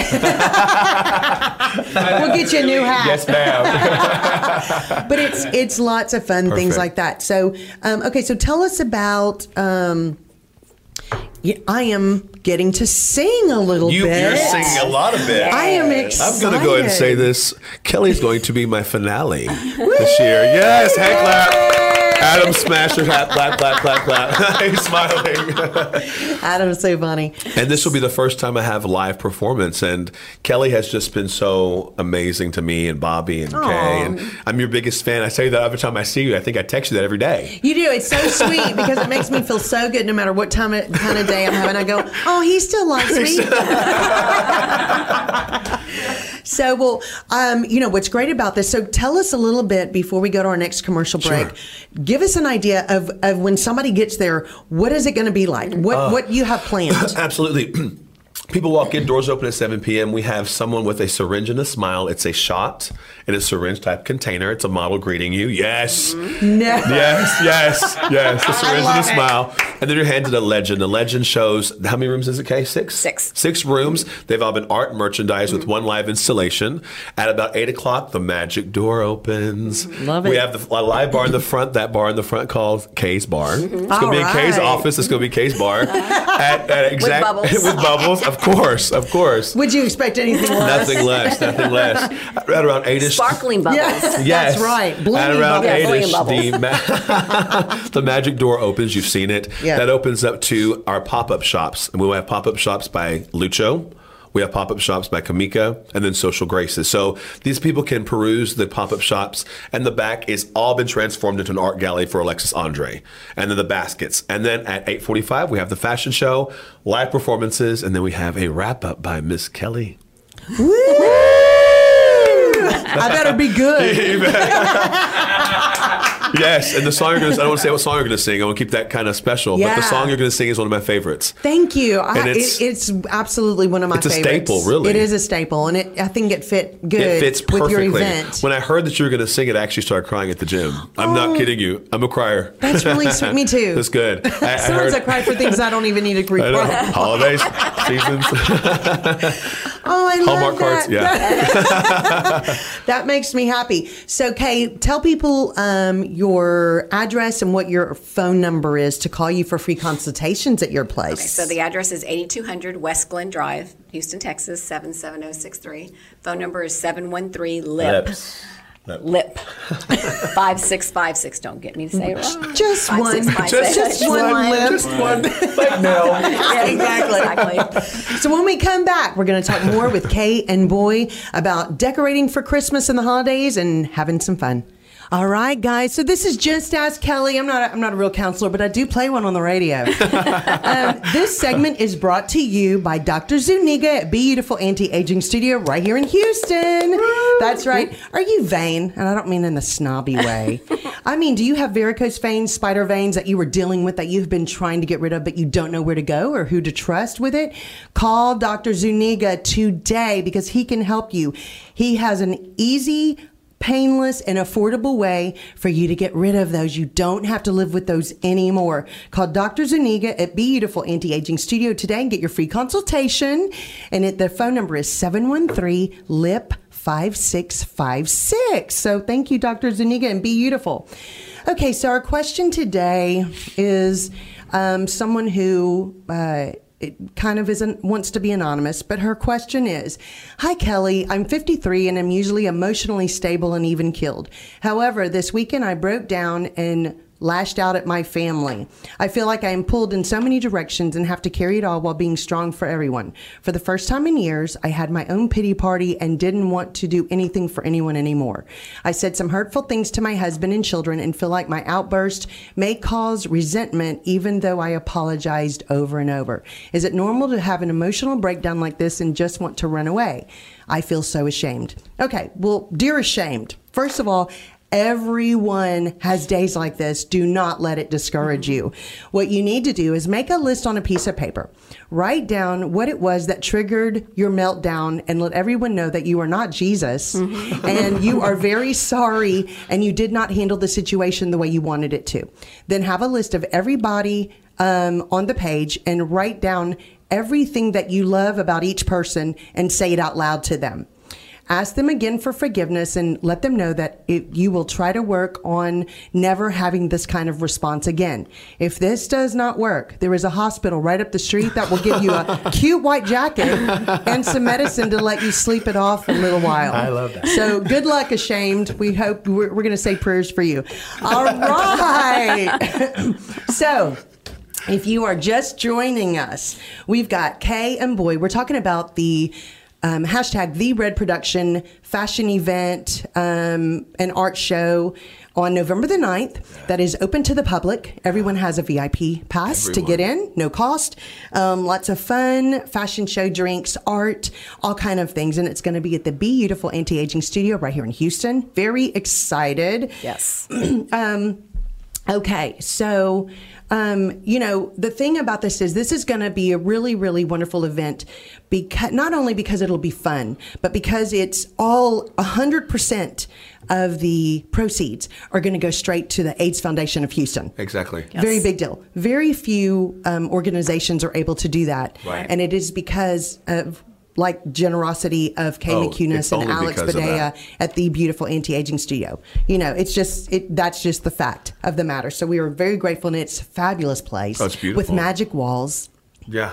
we'll get you a new hat.
ma'am.
<laughs> but it's it's lots of fun things like
Perfect.
that. So um, okay, so tell us about. Um, y- I am getting to sing a little
you,
bit.
you're
<laughs>
singing a lot of it.
I am
I'm
excited.
going to go ahead and say this. Kelly's going to be
<laughs>
my finale this year. Yes, hand clap. Adam Smasher, clap, clap, clap, clap, clap. <laughs> He's smiling.
Adam's so funny.
And this will be the first time I have live performance. And Kelly has just been so amazing to me and Bobby and Kay. And I'm your biggest fan. I say that every time I see you. I think I text you that every day.
You do. It's so sweet because it makes me feel so good no matter what time of, kind of day I'm having. I go, oh, he still likes me. <laughs> so, well, um, you know, what's great about this, so tell us a little bit before we go to our next commercial break. Give us an idea of, of when somebody gets there, what is it going to be like? What,
Uh.
what you have
<laughs>
planned?
Absolutely. <clears throat> People walk in, doors open at 7 p.m. We have someone with a syringe and a smile. It's a shot in a syringe type container. It's a model greeting you. Yes.
no.
Yes, yes, yes. The syringe and a
love it.
smile. And then you're handed a legend. The legend shows how many rooms is it, Kay? Six?
Six.
Six rooms. They've all been art and merchandise with one live installation. At about eight o'clock, the magic door opens.
Love
We
it.
have the, a live bar in the front. That bar in the front called Kay's Bar. It's going to
All
be in Kay's
right. <laughs>
office. It's going to be Kay's Bar. at, at exact,
bubbles.
<laughs> with bubbles. of course, of course.
Would you expect anything
<laughs>
less?
Nothing less, nothing
<laughs>
less. At around eightish.
Sparkling bubbles.
Yes.
Yes,
That's right. Blooming
At around
bubbles.
Yeah,
eightish,
blooming
the, ma- <laughs> the magic door opens. You've seen it.
Yeah.
That opens up to our pop-up shops, and we will have pop-up shops by Lucho. We have pop-up shops by Kamika, and then Social Graces. So these people can peruse the pop-up shops, and the back is all been transformed into an art gallery for Alexis Andre, and then the baskets, and then at eight forty-five we have the fashion show, live performances, and then we have a wrap-up by Miss Kelly. <laughs>
Woo! I better be
<laughs>
good.
Yes, and the song you're gonna I don't want to say what song you're gonna sing. I want to keep that kind of special. But
Yeah.
the song you're gonna sing is one of my favorites.
Thank you. I,
And
it's,
it's-
it, it's absolutely one of my
It's a
favorites.
staple, really.
It is a staple, and it I think it fit good
it fits
with your
perfectly.
event. Oh.
When I heard that you were gonna sing it, I actually started crying at the gym. I'm not kidding you. I'm a crier.
That's
<laughs>
really sweet. Me too.
That's good. I, I
Sometimes I
heard-
cry for things I don't even need to
<laughs> I know.
report. <laughs>
Holidays, seasons,
Oh, I
Hallmark
love that.
cards. Yeah.
That makes me happy. So, Kay, tell people um, your address and what your phone number is to call you for free consultations at your place.
So the address is 8200 West Glen Drive, Houston, Texas, 77063. Phone number is 713-LIP.
Lips. Lip.
Lip. 5656. Don't get me to say it wrong.
Just
Five,
one.
six, five,
Just-
six.
just one lip.
Just one. Like no.
<laughs> Yeah,
Exactly.
exactly.
So when we come back, we're going to talk more with Kay and Boy about decorating for Christmas and the holidays and having some fun. All right, guys. So this is just ask Kelly. I'm not. A, I'm not a real counselor, but I do play one on the radio. um, this segment is brought to you by Dr. Zuniga at Beautiful Anti Aging Studio right here in Houston. That's right. Are you vain? And I don't mean in a snobby way. I mean, do you have varicose veins, spider veins that you were dealing with that you've been trying to get rid of, but you don't know where to go or who to trust with it? Call Dr. Zuniga today because he can help you. He has an easy, painless and affordable way for you to get rid of those. You don't have to live with those anymore. Call Dr. Zuniga at Beautiful Anti-Aging Studio today and get your free consultation. And it, the phone number is 713-LIP. 5656. So thank you, Dr. Zuniga, and be beautiful. Okay, so our question today is um, someone who uh, it kind of isn't wants to be anonymous, but her question is Hi, Kelly. I'm 53 and I'm usually emotionally stable and even killed. However, this weekend I broke down and lashed out at my family. I feel like I am pulled in so many directions and have to carry it all while being strong for everyone. For the first time in years, I had my own pity party and didn't want to do anything for anyone anymore. I said some hurtful things to my husband and children and feel like my outburst may cause resentment even though I apologized over and over. Is it normal to have an emotional breakdown like this and just want to run away? I feel so ashamed. Okay, well, dear ashamed. First of all, Everyone has days like this. Do not let it discourage you. What you need to do is make a list on a piece of paper. Write down what it was that triggered your meltdown and let everyone know that you are not Jesus and you are very sorry and you did not handle the situation the way you wanted it to. Then have a list of everybody um, on the page and write down everything that you love about each person and say it out loud to them. Ask them again for forgiveness and let them know that it, you will try to work on never having this kind of response again. If this does not work, there is a hospital right up the street that will give you <laughs> a cute white jacket and some medicine to let you sleep it off a little while. I love that. So good luck, ashamed. We hope we're, we're going to say prayers for you. All <laughs> right. so. If you are just joining us, we've got Kay and Boy. We're talking about the um, hashtag The Red Production fashion event um, and art show on November the 9th that is open to the public. Everyone has a VIP pass to get in, no cost. Um, lots of fun, fashion show drinks, art, all kind of things. And it's going to be at the Beautiful Anti-Aging Studio right here in Houston. Very excited.
Yes.
Okay, so um, you know the thing about this is this is going to be a really, really wonderful event because not only because it'll be fun, but because it's all hundred percent of the proceeds are going to go straight to the AIDS Foundation of Houston.
Exactly.
Very big deal. Very few um, organizations are able to do that,
Right.
and it is because of like generosity of Kay
Oh,
McCunis
it's
and
only
Alex
because of
Badea
that.
at the beautiful anti-aging studio. You know, it's just it, that's just the fact of the matter. So we are very grateful, and it's a fabulous place.
Oh, it's beautiful.
with magic walls.
Yeah.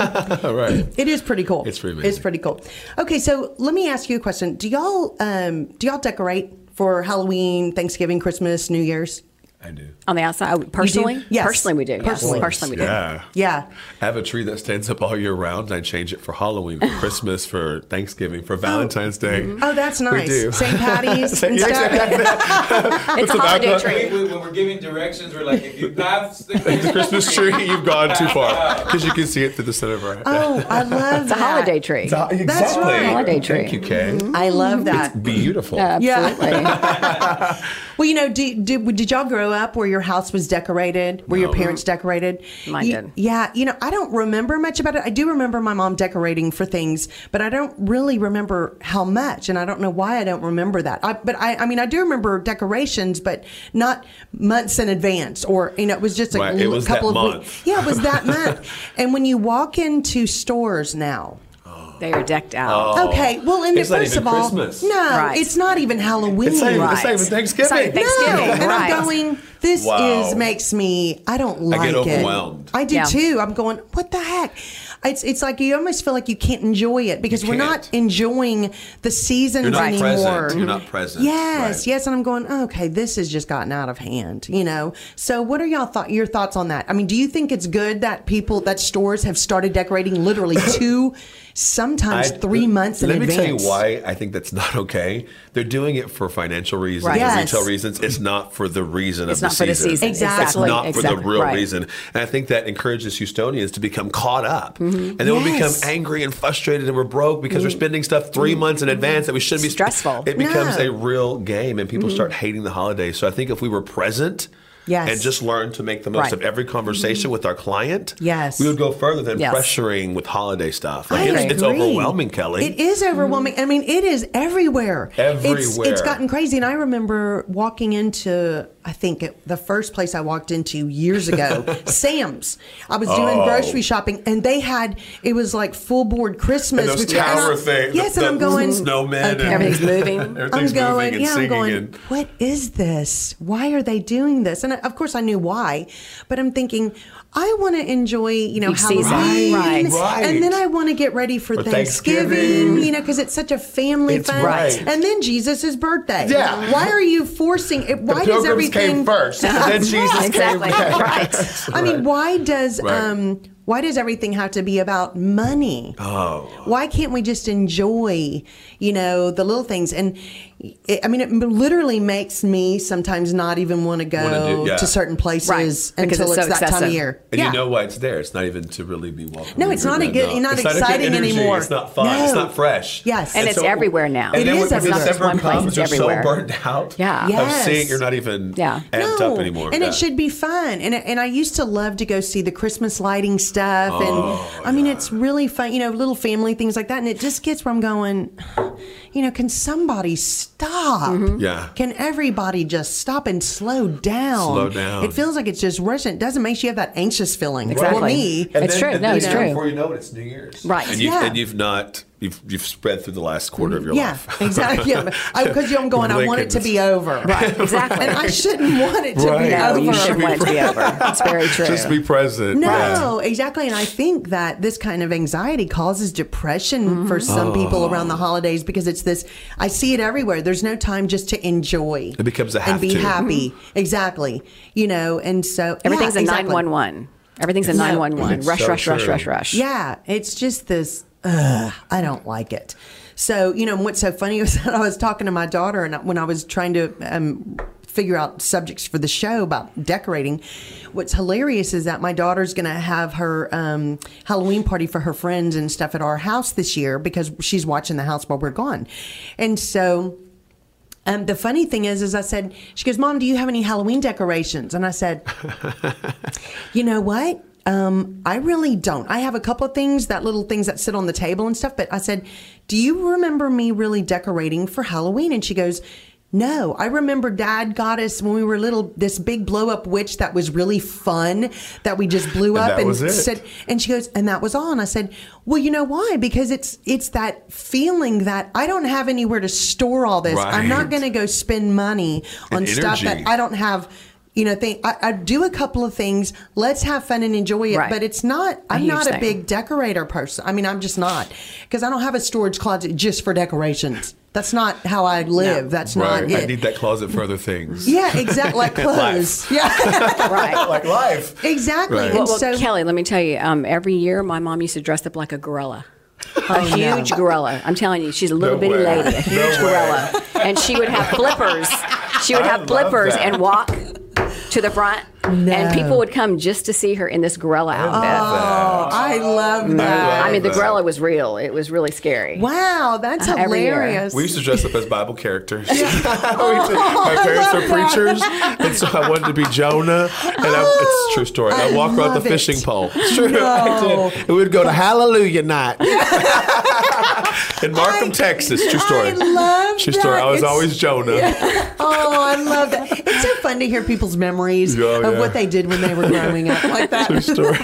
right.
It is pretty cool.
It's pretty
It's
amazing.
pretty cool. Okay, so let me ask you a question. Do y'all um, do y'all decorate for Halloween, Thanksgiving, Christmas, New Year's?
I do.
On the outside, Oh, personally,
Yes.
personally we do. yes.
Personally.
personally we do.
Yeah.
Yeah.
I have a tree that stands up all year round. and I change it for
<sighs>
Halloween, for Christmas, for Thanksgiving, for Valentine's Day.
Oh, that's
do.
nice. St.
<laughs>
Patty's and
Yeah,
stuff.
exactly.
It's a
about
holiday
that.
tree.
When we're giving directions, we're like, if you have
The Christmas tree, you've gone too far because you can see it through the center of our.
Oh, I love
It's a holiday tree.
exactly.
That's right.
Holiday
Thank
tree.
you, Kay.
I love that.
Beautiful.
Um,
Yeah.
Absolutely.
Well, you know, did, did, did y'all grow up where your house was decorated? Were your parents decorated?
Mine
You-
did.
Yeah, you know, I don't remember much about it. I do remember my mom decorating for things, but I don't really remember how much, and I don't know why I don't remember that. I, but I, I mean, I do remember decorations, but not months in advance, or you know, it was just a
Right, it
l-
was that
couple of
month.
weeks. Yeah, it was
<laughs>
that month. And when you walk into stores now,
they are decked
Oh,
out.
okay, well, and
It's not
first
even
of all,
Christmas.
no,
Right.
it's not even Halloween.
It's not even, it's not
Right.
even Thanksgiving.
It's not even
No,
Thanksgiving,
and I'm
right.
going. This
Wow.
is makes me. I don't like
I get
it.
overwhelmed.
I do
Yeah.
too. I'm going. What the heck? It's it's like you almost feel like you can't enjoy it because we're not
can't.
enjoying the seasons
You're not
anymore.
present. You're not present.
Yes,
Right.
yes, and I'm going. "Oh, Okay, this has just gotten out of hand, you know. So, what are y'all thought your thoughts on that? I mean, do you think it's good that people that stores have started decorating
<coughs>
literally two, sometimes
I-
three months in
Let
advance?
me tell you why I think that's <laughs> not okay. They're doing it for financial reasons,
Right.
and
Yes.
retail reasons. It's not for the reason
It's
of
not for the season.
Exactly.
It's not for
Exactly.
the real
Right.
reason. And I think that encourages Houstonians to become caught up,
Mm-hmm.
and they will become
Yes.
angry and frustrated, and we're broke because we're spending stuff 3 months in advance that we shouldn't be
Mm-hmm. Stressful. Mm-hmm.
It becomes
No.
a real game, and people start hating the holidays. So I think if we were present.
Yes.
And just learn to make the most
Right. Mm-hmm.
of every conversation with our client.
Yes.
We would go further than
Yes.
pressuring with holiday stuff.
I
Like it's, it's
agree.
overwhelming, Kelly.
It is overwhelming. I mean, it is everywhere. It's,
Everywhere.
it's gotten crazy. And I remember walking into, I think it, the first place I walked into years
<laughs>
ago, Sam's. I was doing
Oh.
grocery shopping, and they had it was like full board Christmas.
And those
which- and I-
tower thing-
Yes,
the-
and I'm
the
going.
snowmen and-
Everything's moving.
I'm
Everything's
going,
moving and
yeah, I'm
singing
going,
and-
what is this? Why are they doing this? And I, of course, I knew why, but I'm thinking, I want to enjoy, you know,
Each
Halloween.
season. Right.
Right.
And then I want to get ready for,
For
Thanksgiving,
Thanksgiving.
you know, because it's such a family
It's
fun.
right.
And then Jesus' birthday.
Yeah.
Why are you forcing it? Why does everything.
then Jesus
Exactly. Right.
I mean, why does
Right.
um, why does everything have to be about money? Oh, why can't we just enjoy, you know, the little things? And it, I mean, it literally makes me sometimes not even want to
Wanna
go
do- yeah.
to certain places
Right, because
until it's,
it's so
that time
excessive.
of year.
And
yeah.
you know why it's there. It's not even to really be welcome.
No, it's not a good- not
It's a good
exciting
energy.
anymore.
It's not fun. It's
No.
not fresh.
Yes. And
it's everywhere now.
And
It
then
is
when
everywhere. It's not
December
just one place,
comes,
it's
you're so
everywhere.
burned out
Yeah.
of
Yes.
seeing you're not even
Yeah.
amped
no.
up anymore.
And
Yeah.
it should be fun. And and I used to love to go see the Christmas lighting stuff.
Oh,
and I mean, it's really fun. You know, little family things like that. And it just gets where I'm going. <sighs> You know, can somebody stop?
Mm-hmm.
Mm-hmm.
Yeah.
Can everybody just stop and slow down?
Slow down.
It feels like it's just rushing. It doesn't make you have that anxious feeling. For
Exactly.
me,
And
It's true.
and
No, it's
you know,
true.
Before you know it, it's New Year's.
Right.
And you've,
Yeah.
and you've not, you've, you've spread through the last quarter of your
yeah, <laughs>
life.
exactly. Because I'm going, I want it to be over. Right.
Exactly.
And I shouldn't want it to
Right.
be
no,
over.
you shouldn't want it to be over. It's very true.
Just be present. Yeah.
No, exactly. And I think that this kind of anxiety causes depression for
Mm-hmm.
some people around
Oh.
the holidays because it's this I see it everywhere. There's no time just to enjoy.
It becomes a have
and be
to. Mm-hmm.
happy. Exactly. You know, and so
Everything's
yeah,
a
exactly.
911. Everything's a 911.
It's
Rush,
so
rush, rush,
true.
rush, rush.
Yeah, it's just this. Ugh, I don't like it. So you know and what's so funny <laughs> was that I was talking to my daughter, and when I was trying to um, figure out subjects for the show about decorating, what's hilarious is that my daughter's going to have her um, Halloween party for her friends and stuff at our house this year because she's watching the house while we're gone, and so. Um, the funny thing is, is I said, she goes, Mom, do you have any Halloween decorations? And I
<laughs>
said, you know what? Um, I really don't. I have a couple of things, that little things that sit on the table and stuff. But I said, Do you remember me really decorating for Halloween? And she goes, No, I remember dad got us when we were little this big blow up witch that was really fun that we just blew up
that
and
was it.
said, and she goes, and that was all. And I said, well, you know why? Because it's it's that feeling that I don't have anywhere to store all this. I'm not
Right.
going to go spend money on
And
stuff that
energy.
I don't have you know, think I, I do a couple of things. Let's have fun and enjoy it.
Right.
But it's not.
A
I'm
huge
not a
thing.
big decorator person. I mean, I'm just not because I don't have a storage closet just for decorations. That's not how I live. That's
Right.
not
I
it.
need that closet for other
<laughs>
things.
yeah, exactly.
<laughs>
Like clothes. Yeah, <laughs>
Right.
Like life.
exactly.
Right.
And
Well, well,
so,
Kelly, let me tell you, um, every year my mom used to dress up like a gorilla. a
Oh, no.
huge gorilla. I'm telling you, she's a little bitty
way.
lady, a huge
way.
gorilla. And she would have flippers. She would
I
have
love
flippers
that.
and walk to the front. And people would come just to see her in this gorilla
Oh,
outfit.
I love that.
I mean, the
that.
gorilla was real. It was really scary.
Wow, that's
Uh, Every year.
hilarious.
We used to dress up as Bible characters. <laughs> We used to-
Oh,
my parents are preachers, and so I wanted to be Jonah. And I, it's a true story. I,
I
walk around the
love it.
fishing pole. It's true.
No.
<laughs> I did. And we'd go to
<laughs>
Hallelujah Night in Markham,
I-
Texas. True story.
I love
True
that.
story. I was
It's-
always Jonah.
Oh, I love that. It's so fun to hear people's memories
Oh,
of
yeah.
what they did when they were growing up like that.
True story.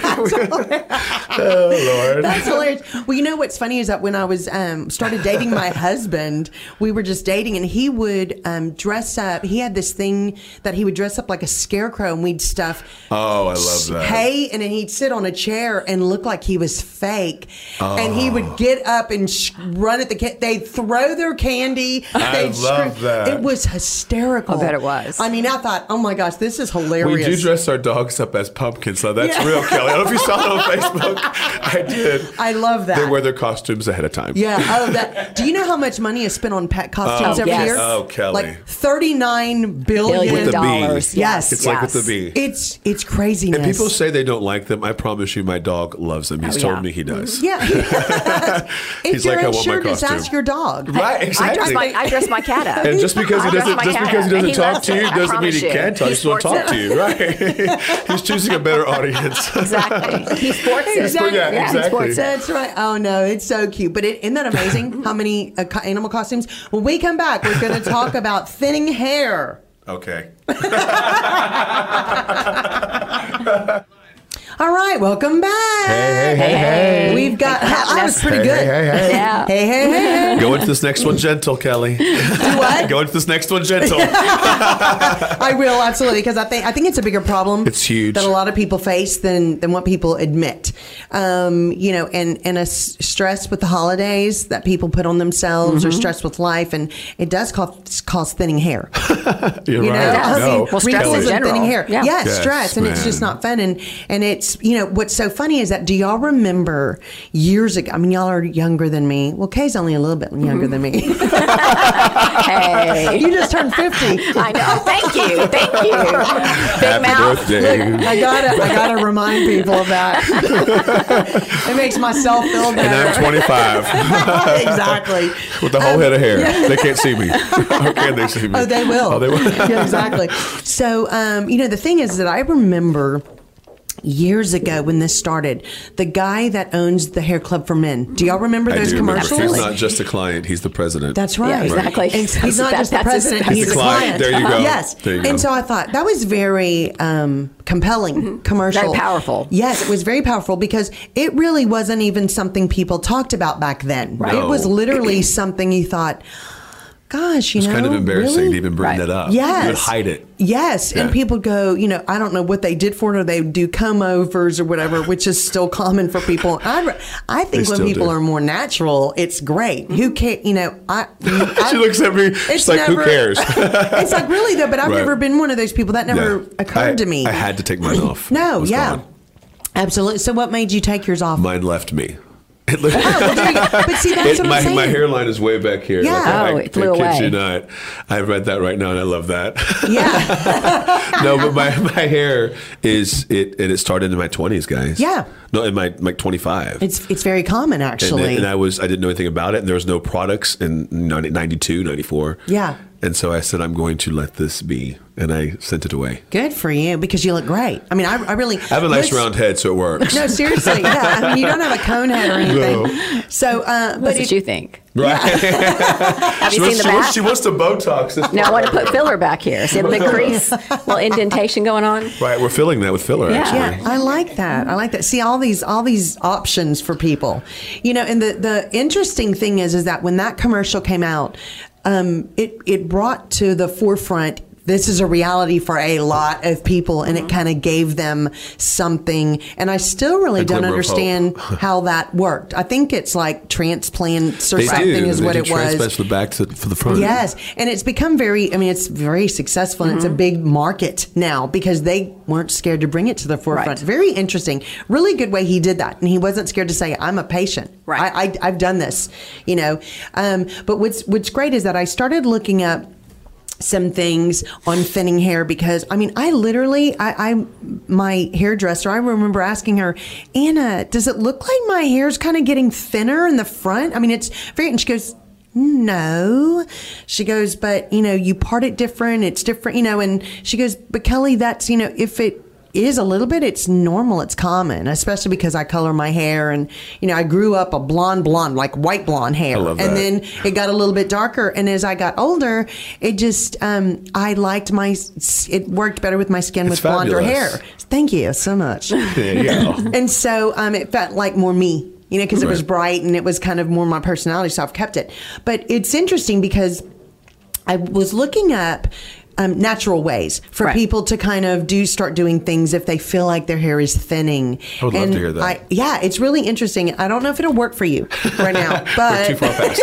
oh
<laughs>
Lord.
That's hilarious. Well, you know what's funny is that when I was um, started dating my husband, we were just dating, and he would um, dress up. He had this thing that he would dress up like a scarecrow, and we'd stuff
Oh, I love that.
hay, and then he'd sit on a chair and look like he was fake. And he
Ah.
would get up and sh- run at the kid. They'd throw their candy. They'd
love that.
It was hysterical.
I bet it was.
I mean, I thought, oh my gosh, this is hilarious.
We do dress our dogs up as pumpkins, so that's real, Kelly. I don't know if you saw it on
<laughs>
Facebook. I did.
I love that.
They wear their costumes ahead of time.
Yeah. Oh, that. Do you know how much money is spent on pet costumes
Oh,
every
yes.
year?
Oh, Kelly.
Like thirty-nine billion.
With
Billion
the bee.
dollars.
Yes.
It's like with the
yes.
bee.
It's it's craziness.
And people say they don't like them. I promise you, my dog loves them. He's
Oh,
told
yeah.
me he
<laughs>
does.
Yeah. if
<laughs> He's
you're
like, I want my
unsure, just
costume.
ask your dog.
Right,
I
exactly.
dress my I dress my
<laughs>
cat up.
and just because he
<laughs> I dress
doesn't,
my
just
cat
because he
up, and
doesn't
he
talk
loves
to
it.
you
I
doesn't mean
promise
he
you.
can't talk.
He
He just won't
sports
talk to
it.
you, right? <laughs> He's choosing a
<laughs>
better audience.
Exactly. He sports it.
Exactly.
<laughs> Yeah,
Yeah, he
exactly.
sports it.
That's right. Oh no, it's so cute. But it, isn't that
<laughs>
amazing? how many uh, co- animal costumes? When we come back, we're going to
<laughs>
talk about thinning hair.
okay.
All right, welcome back.
Hey, hey, hey, hey.
We've got. I was pretty
Hey,
good.
hey, hey, hey.
Yeah. <laughs>
hey, hey, hey.
<laughs> Go into this next one gentle,
<laughs>
Kelly.
Do what?
Go into this next one gentle.
I will absolutely because I think I think it's a bigger problem.
It's huge.
that a lot of people face than than what people admit. Um, you know, and and a s- stress with the holidays that people put on themselves
Mm-hmm.
or stress with life, and it does cause cause thinning hair.
You're
<laughs> You
right.
know, I
No.
mean,
Well, stress
wrinkles
in
and
general.
thinning hair.
Yeah.
Yes,
Yes,
stress, and it's
man.
just not fun. And and it's you know what's so funny is that do y'all remember years ago? I mean, y'all are younger than me. Well, Kay's only a little bit younger than me.
<laughs>
<laughs>
Hey.
you just turned fifty.
I know. Thank you. Thank you. Big
<laughs>
mouth.
birthday.
I gotta, I gotta remind people of that. <laughs> it makes myself feel better.
And I'm 25
<laughs> exactly.
with a whole head of hair. They can't
<laughs>
see me. How can they see me?
Um, Oh, they will.
Oh, they will.
<laughs> yeah, exactly. So, um, you know, the thing is that I remember years ago when this started, the guy that owns the hair club for men. Do y'all remember
I
those
do remember.
commercials?
He's not just a client; he's the president.
That's right.
Yeah, exactly.
And he's
That's-
not
that-
just the
that's his-
president,
that's
he's a
his
client.
client. There you go.
Yes.
There you go.
And so I thought that was very um, compelling commercial.
Mm-hmm. Very powerful.
Yes, it was very powerful because it really wasn't even something people talked about back then.
Right.
It was
No.
literally something you thought, gosh, you
It's
know.
kind of embarrassing
Oh, really?
to even bring
Right.
that up.
Yes.
you'd hide it.
Yes, and
Yeah.
people go, you know, I don't know what they did for it, or they do come overs or whatever, which is still common for people. I, I think
They
when
still
people
do.
are more natural, it's great. Who can you know? I, I
<laughs> she looks at me. She's like, "Who
never-
cares?"
<laughs> it's like really though, but I've
Right.
never been one of those people. That never
<laughs> Yeah.
occurred
I-
to me.
I had to take mine off. It
no,
was
yeah,
gone.
absolutely. So what made you take yours off? <laughs>
mine left me. It,
Well, there you go. but see, that's
it-
what
my,
I'm saying.
my hairline is way back here.
Yeah.
I-
Oh,
I,
it flew
I kid
away.
you not. I read that right now, and I love that.
Yeah,
<laughs> no, but my, my hair is it, and it started in my twenties, guys.
Yeah.
no, in my like twenty five.
it's it's very common
and,
actually.
then- and I was I didn't know anything about it, and there was no products in 90, 92, 94.
Yeah.
and so I said I'm going to let this be, and I sent it away.
Good for you because you look great. I mean, I, I really
I have a nice
Let's-
round head, so it works.
No, seriously, yeah. I mean, you don't have a cone head or anything. So, uh, but
That's
it,
what you think.
Right.
<laughs>
Have
she,
you seen
wants,
the
she, wants,
back?
she wants to Botox. This
Now I
part
want to
right
put filler back here. See
<laughs>
the big crease, little indentation going on.
here. Right, we're filling that with filler,
Yeah.
actually.
yeah, I like that. I like that. See all these all these options for people, you know. And the the interesting thing is, is that when that commercial came out, um, it it brought to the forefront this is a reality for a lot of people, and it kind of gave them something. And I still really
A
don't
glimmer of hope.
understand how that worked. I think it's like transplants or
They
something
do.
is
they
what
do
it was.
transplant the back to for the front.
Yes, and it's become very. I mean, it's very successful, and
Mm-hmm.
it's a big market now because they weren't scared to bring it to the forefront.
Right.
Very interesting, really good way he did that, and he wasn't scared to say, "I'm a patient.
Right.
I, I, I've done this," you know. Um, but what's what's great is that I started looking up some things on thinning hair because I mean I literally I, I my hairdresser I remember asking her Anna does it look like my hair's kind of getting thinner in the front I mean it's very and she goes no she goes but you know you part it different it's different you know and she goes but Kelly that's you know if it is a little bit it's normal it's common especially because I color my hair and you know I grew up a blonde blonde like white blonde hair
I love
and
that.
then it got a little bit darker and as i got older it just um, i liked my s- it worked better with my skin
It's
with blonder
fabulous.
hair thank you so much
There
<laughs>
you go.
and so um, it felt like more me you know because it was
Right.
bright and it was kind of more my personality so i've kept it but it's interesting because i was looking up um, natural ways for
Right.
people to kind of do start doing things if they feel like their hair is thinning. I
would love to hear that.
yeah, it's really interesting. I don't know if it'll work for you right
<laughs>
now, but
Too far past.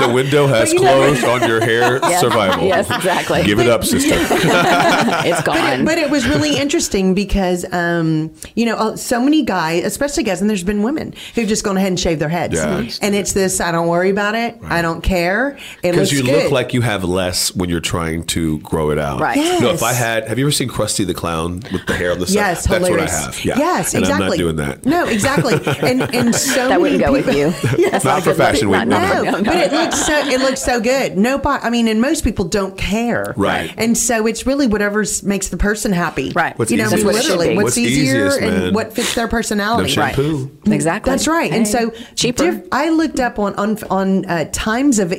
<laughs> the window has
But you know-
closed on your
<laughs>
hair
Yes.
survival.
Yes, exactly.
Give it up, sister.
it's gone.
But it was really interesting because, um, you know, uh, so many guys, especially guys, and there's been women who've just gone ahead and shaved their heads. Mm-hmm.
Yeah, it's-
and it's this, I don't worry about it. I don't care. It looks
Because you
good.
look like you have less when you're trying to grow it out.
Right.
No, if I
Yes.
had, have you ever seen Krusty the Clown with the hair on the side?
Yes,
That's
hilarious.
what I have. Yeah.
Yes,
and
exactly.
I'm not doing that.
No, exactly. And
<laughs>
and so
that
many
wouldn't go with
people- <laughs>
you. That's
Not
a
for
good look.
Fashion Week,
Not-
no,
no, no, no,
but it
no.
looks so it looks so good. No, bo- I mean, and most people don't care,
Right.
And so it's really whatever s- makes the person happy,
Right. What's
you know,
easiest. That's what it should
literally,
be.
what's,
What's
easier
easiest,
and
man.
what fits their
No
personality,
shampoo.
Exactly.
That's right. And
Hey,
so
cheaper.
diff- I looked up on on, on uh,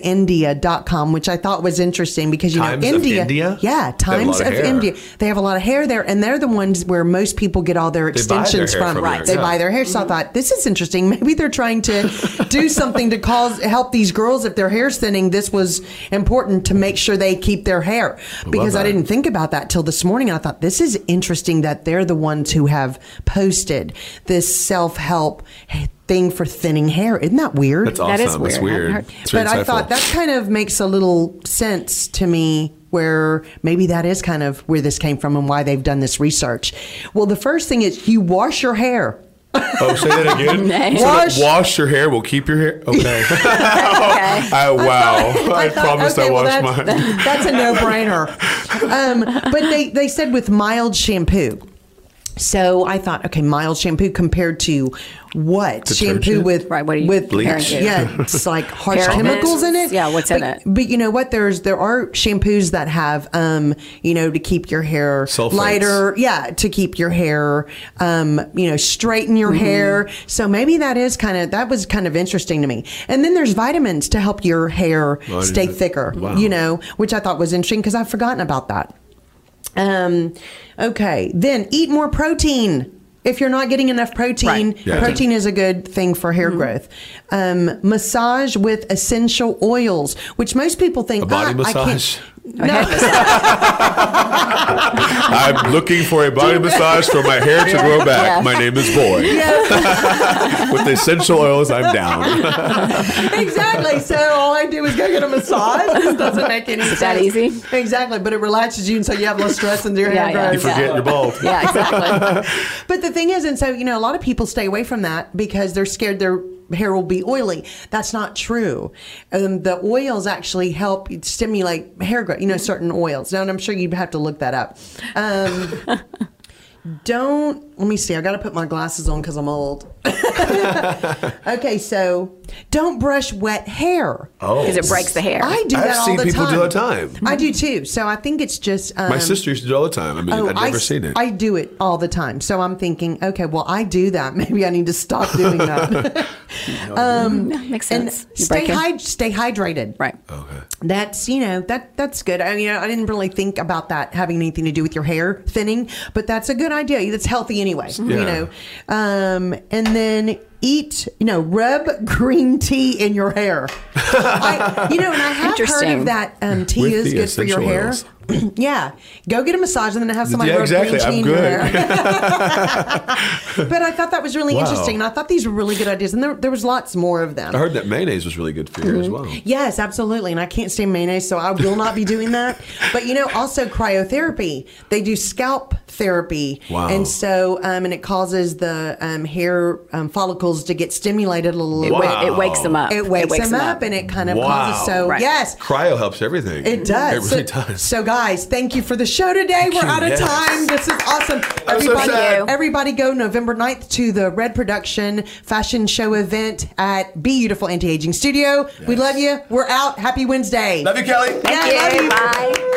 timesofindia.com, which I thought was interesting because you
Times
know
of
India,
India?
yeah,
They have a lot
Times
of
of
hair.
India, they have a lot of hair there, and they're the ones where most people get all their
buy their
extensions
hair
from.
from
Right.
They
there,
buy
yeah.
their hair.
Mm-hmm.
So I thought this is interesting. <laughs> Maybe they're trying
<laughs>
to do something to cause help these girls if their hair's thinning. This was important to make sure they keep their hair because I
that.
didn't think about that till this morning. And I thought this is interesting that they're the ones who have posted this self help thing for thinning hair. Isn't that weird?
That's
That is
awesome. That's
weird.
weird.
I've heard-
It's very
but I thought
insightful.
that kind of makes a little sense to me where maybe that is kind of where this came from and why they've done this research. Well, the first thing is you wash your hair.
Oh, say that
<laughs>
again.
Nay.
So that
Wash-
wash your hair will keep your hair.
<laughs>
<laughs>
Okay.
Okay.
I, wow. I,
thought,
promised
okay,
I
well,
washed
that's,
mine.
That's a no brainer. Um, but they, they said with mild shampoo. So I thought, okay, mild shampoo compared to what shampoo
Detergent?
with
Right, what are you
with
comparing
Bleach. it?
Yeah, it's like harsh
Parabens?
chemicals in it.
Yeah, what's
but,
in it?
But you know what? There's there are shampoos that have, um, you know, to keep your hair
Sulfates.
lighter. Yeah, to keep your hair, um, you know, straighten your
Mm-hmm.
hair. So maybe that is kind of that was kind of interesting to me. And then there's vitamins to help your hair
Well, I
stay
didn't-
thicker,
Wow.
you know, which I thought was interesting because I've forgotten about that. Um, okay, then eat more protein. If you're not getting enough protein,
Right.
Yeah. Mm-hmm.
protein is a good thing for hair growth. Um, massage with essential oils, which most people think
A body
"Ah,
massage.
I
<laughs>
can't. <laughs> No,
I'm looking for a body massage for my hair to grow back.
Yeah.
My name is Boy. With essential oils, I'm
<laughs>
down.
exactly. So all I do is go get a massage. This doesn't make any sense.
that easy?
Exactly, but it relaxes you, and so you have less stress and your
Yeah,
hair
yeah.
grows.
You forget
Get your bald.
<laughs> Yeah,
<laughs>
exactly.
But the thing is, and so you know, a lot of people stay away from that because they're scared their hair will be oily. That's not true. Um, the oils actually help stimulate hair growth. You know, certain oils. Now, and I'm sure you'd have to look that up. Um, <laughs> don't let me see. I got to put my glasses on because I'm old. <laughs> okay, so don't brush wet hair.
Oh.
Because it breaks the hair.
I do
I've
that all
seen
the
people
time.
do it all the time.
I do too. So I think it's just um,
My sister used to do it all the time. I mean, I've
Oh, I
never
s-
seen it.
I do it all the time. So I'm thinking, okay, well, I do that. <laughs> Maybe I need to stop doing
<laughs>
that.
Yeah, makes
and
sense. You
stay
break it.
hyd- stay hydrated.
Right.
That's, you know, that that's good. I mean, you know, I didn't really think about that having anything to do with your hair thinning, but that's a good idea. That's healthy anyway, you
Yeah.
know. Um, and then eat, you know, rub <laughs> green tea in your hair. I, you know, and I have heard
Interesting.
of that. Um, tea
With
is
the
good for your
essential
hair.
oils.
<clears throat> yeah, go get a massage and then have somebody
Yeah,
rub
exactly.
green tea
I'm
in your
<laughs>
hair. <laughs> but I thought that was really
Wow.
interesting, and I thought these were really good ideas, and there, there was lots more of them.
I heard that mayonnaise was really good for you
Mm-hmm.
as well.
Yes, absolutely. And I can't stand mayonnaise, so I will not be doing that. But you know, also cryotherapy. They do scalp therapy.
Wow.
And so, um, and it causes the um, hair um, follicles to get stimulated a little
It,
bit.
wa- it wakes them up.
It wakes, them up, and it kind of
Wow.
causes so
Right.
yes.
Cryo helps everything.
It does.
It really
so,
does.
So, guys, thank you for the show today. We're out of
Yes.
time. This is awesome.
I'm so
Everybody,
sad.
everybody go November 9th to the Red Production Fashion Show event at Beautiful Anti Aging Studio. We love you. We're out. Happy Wednesday.
Love you, Kelly.
Yeah, love you.
Bye.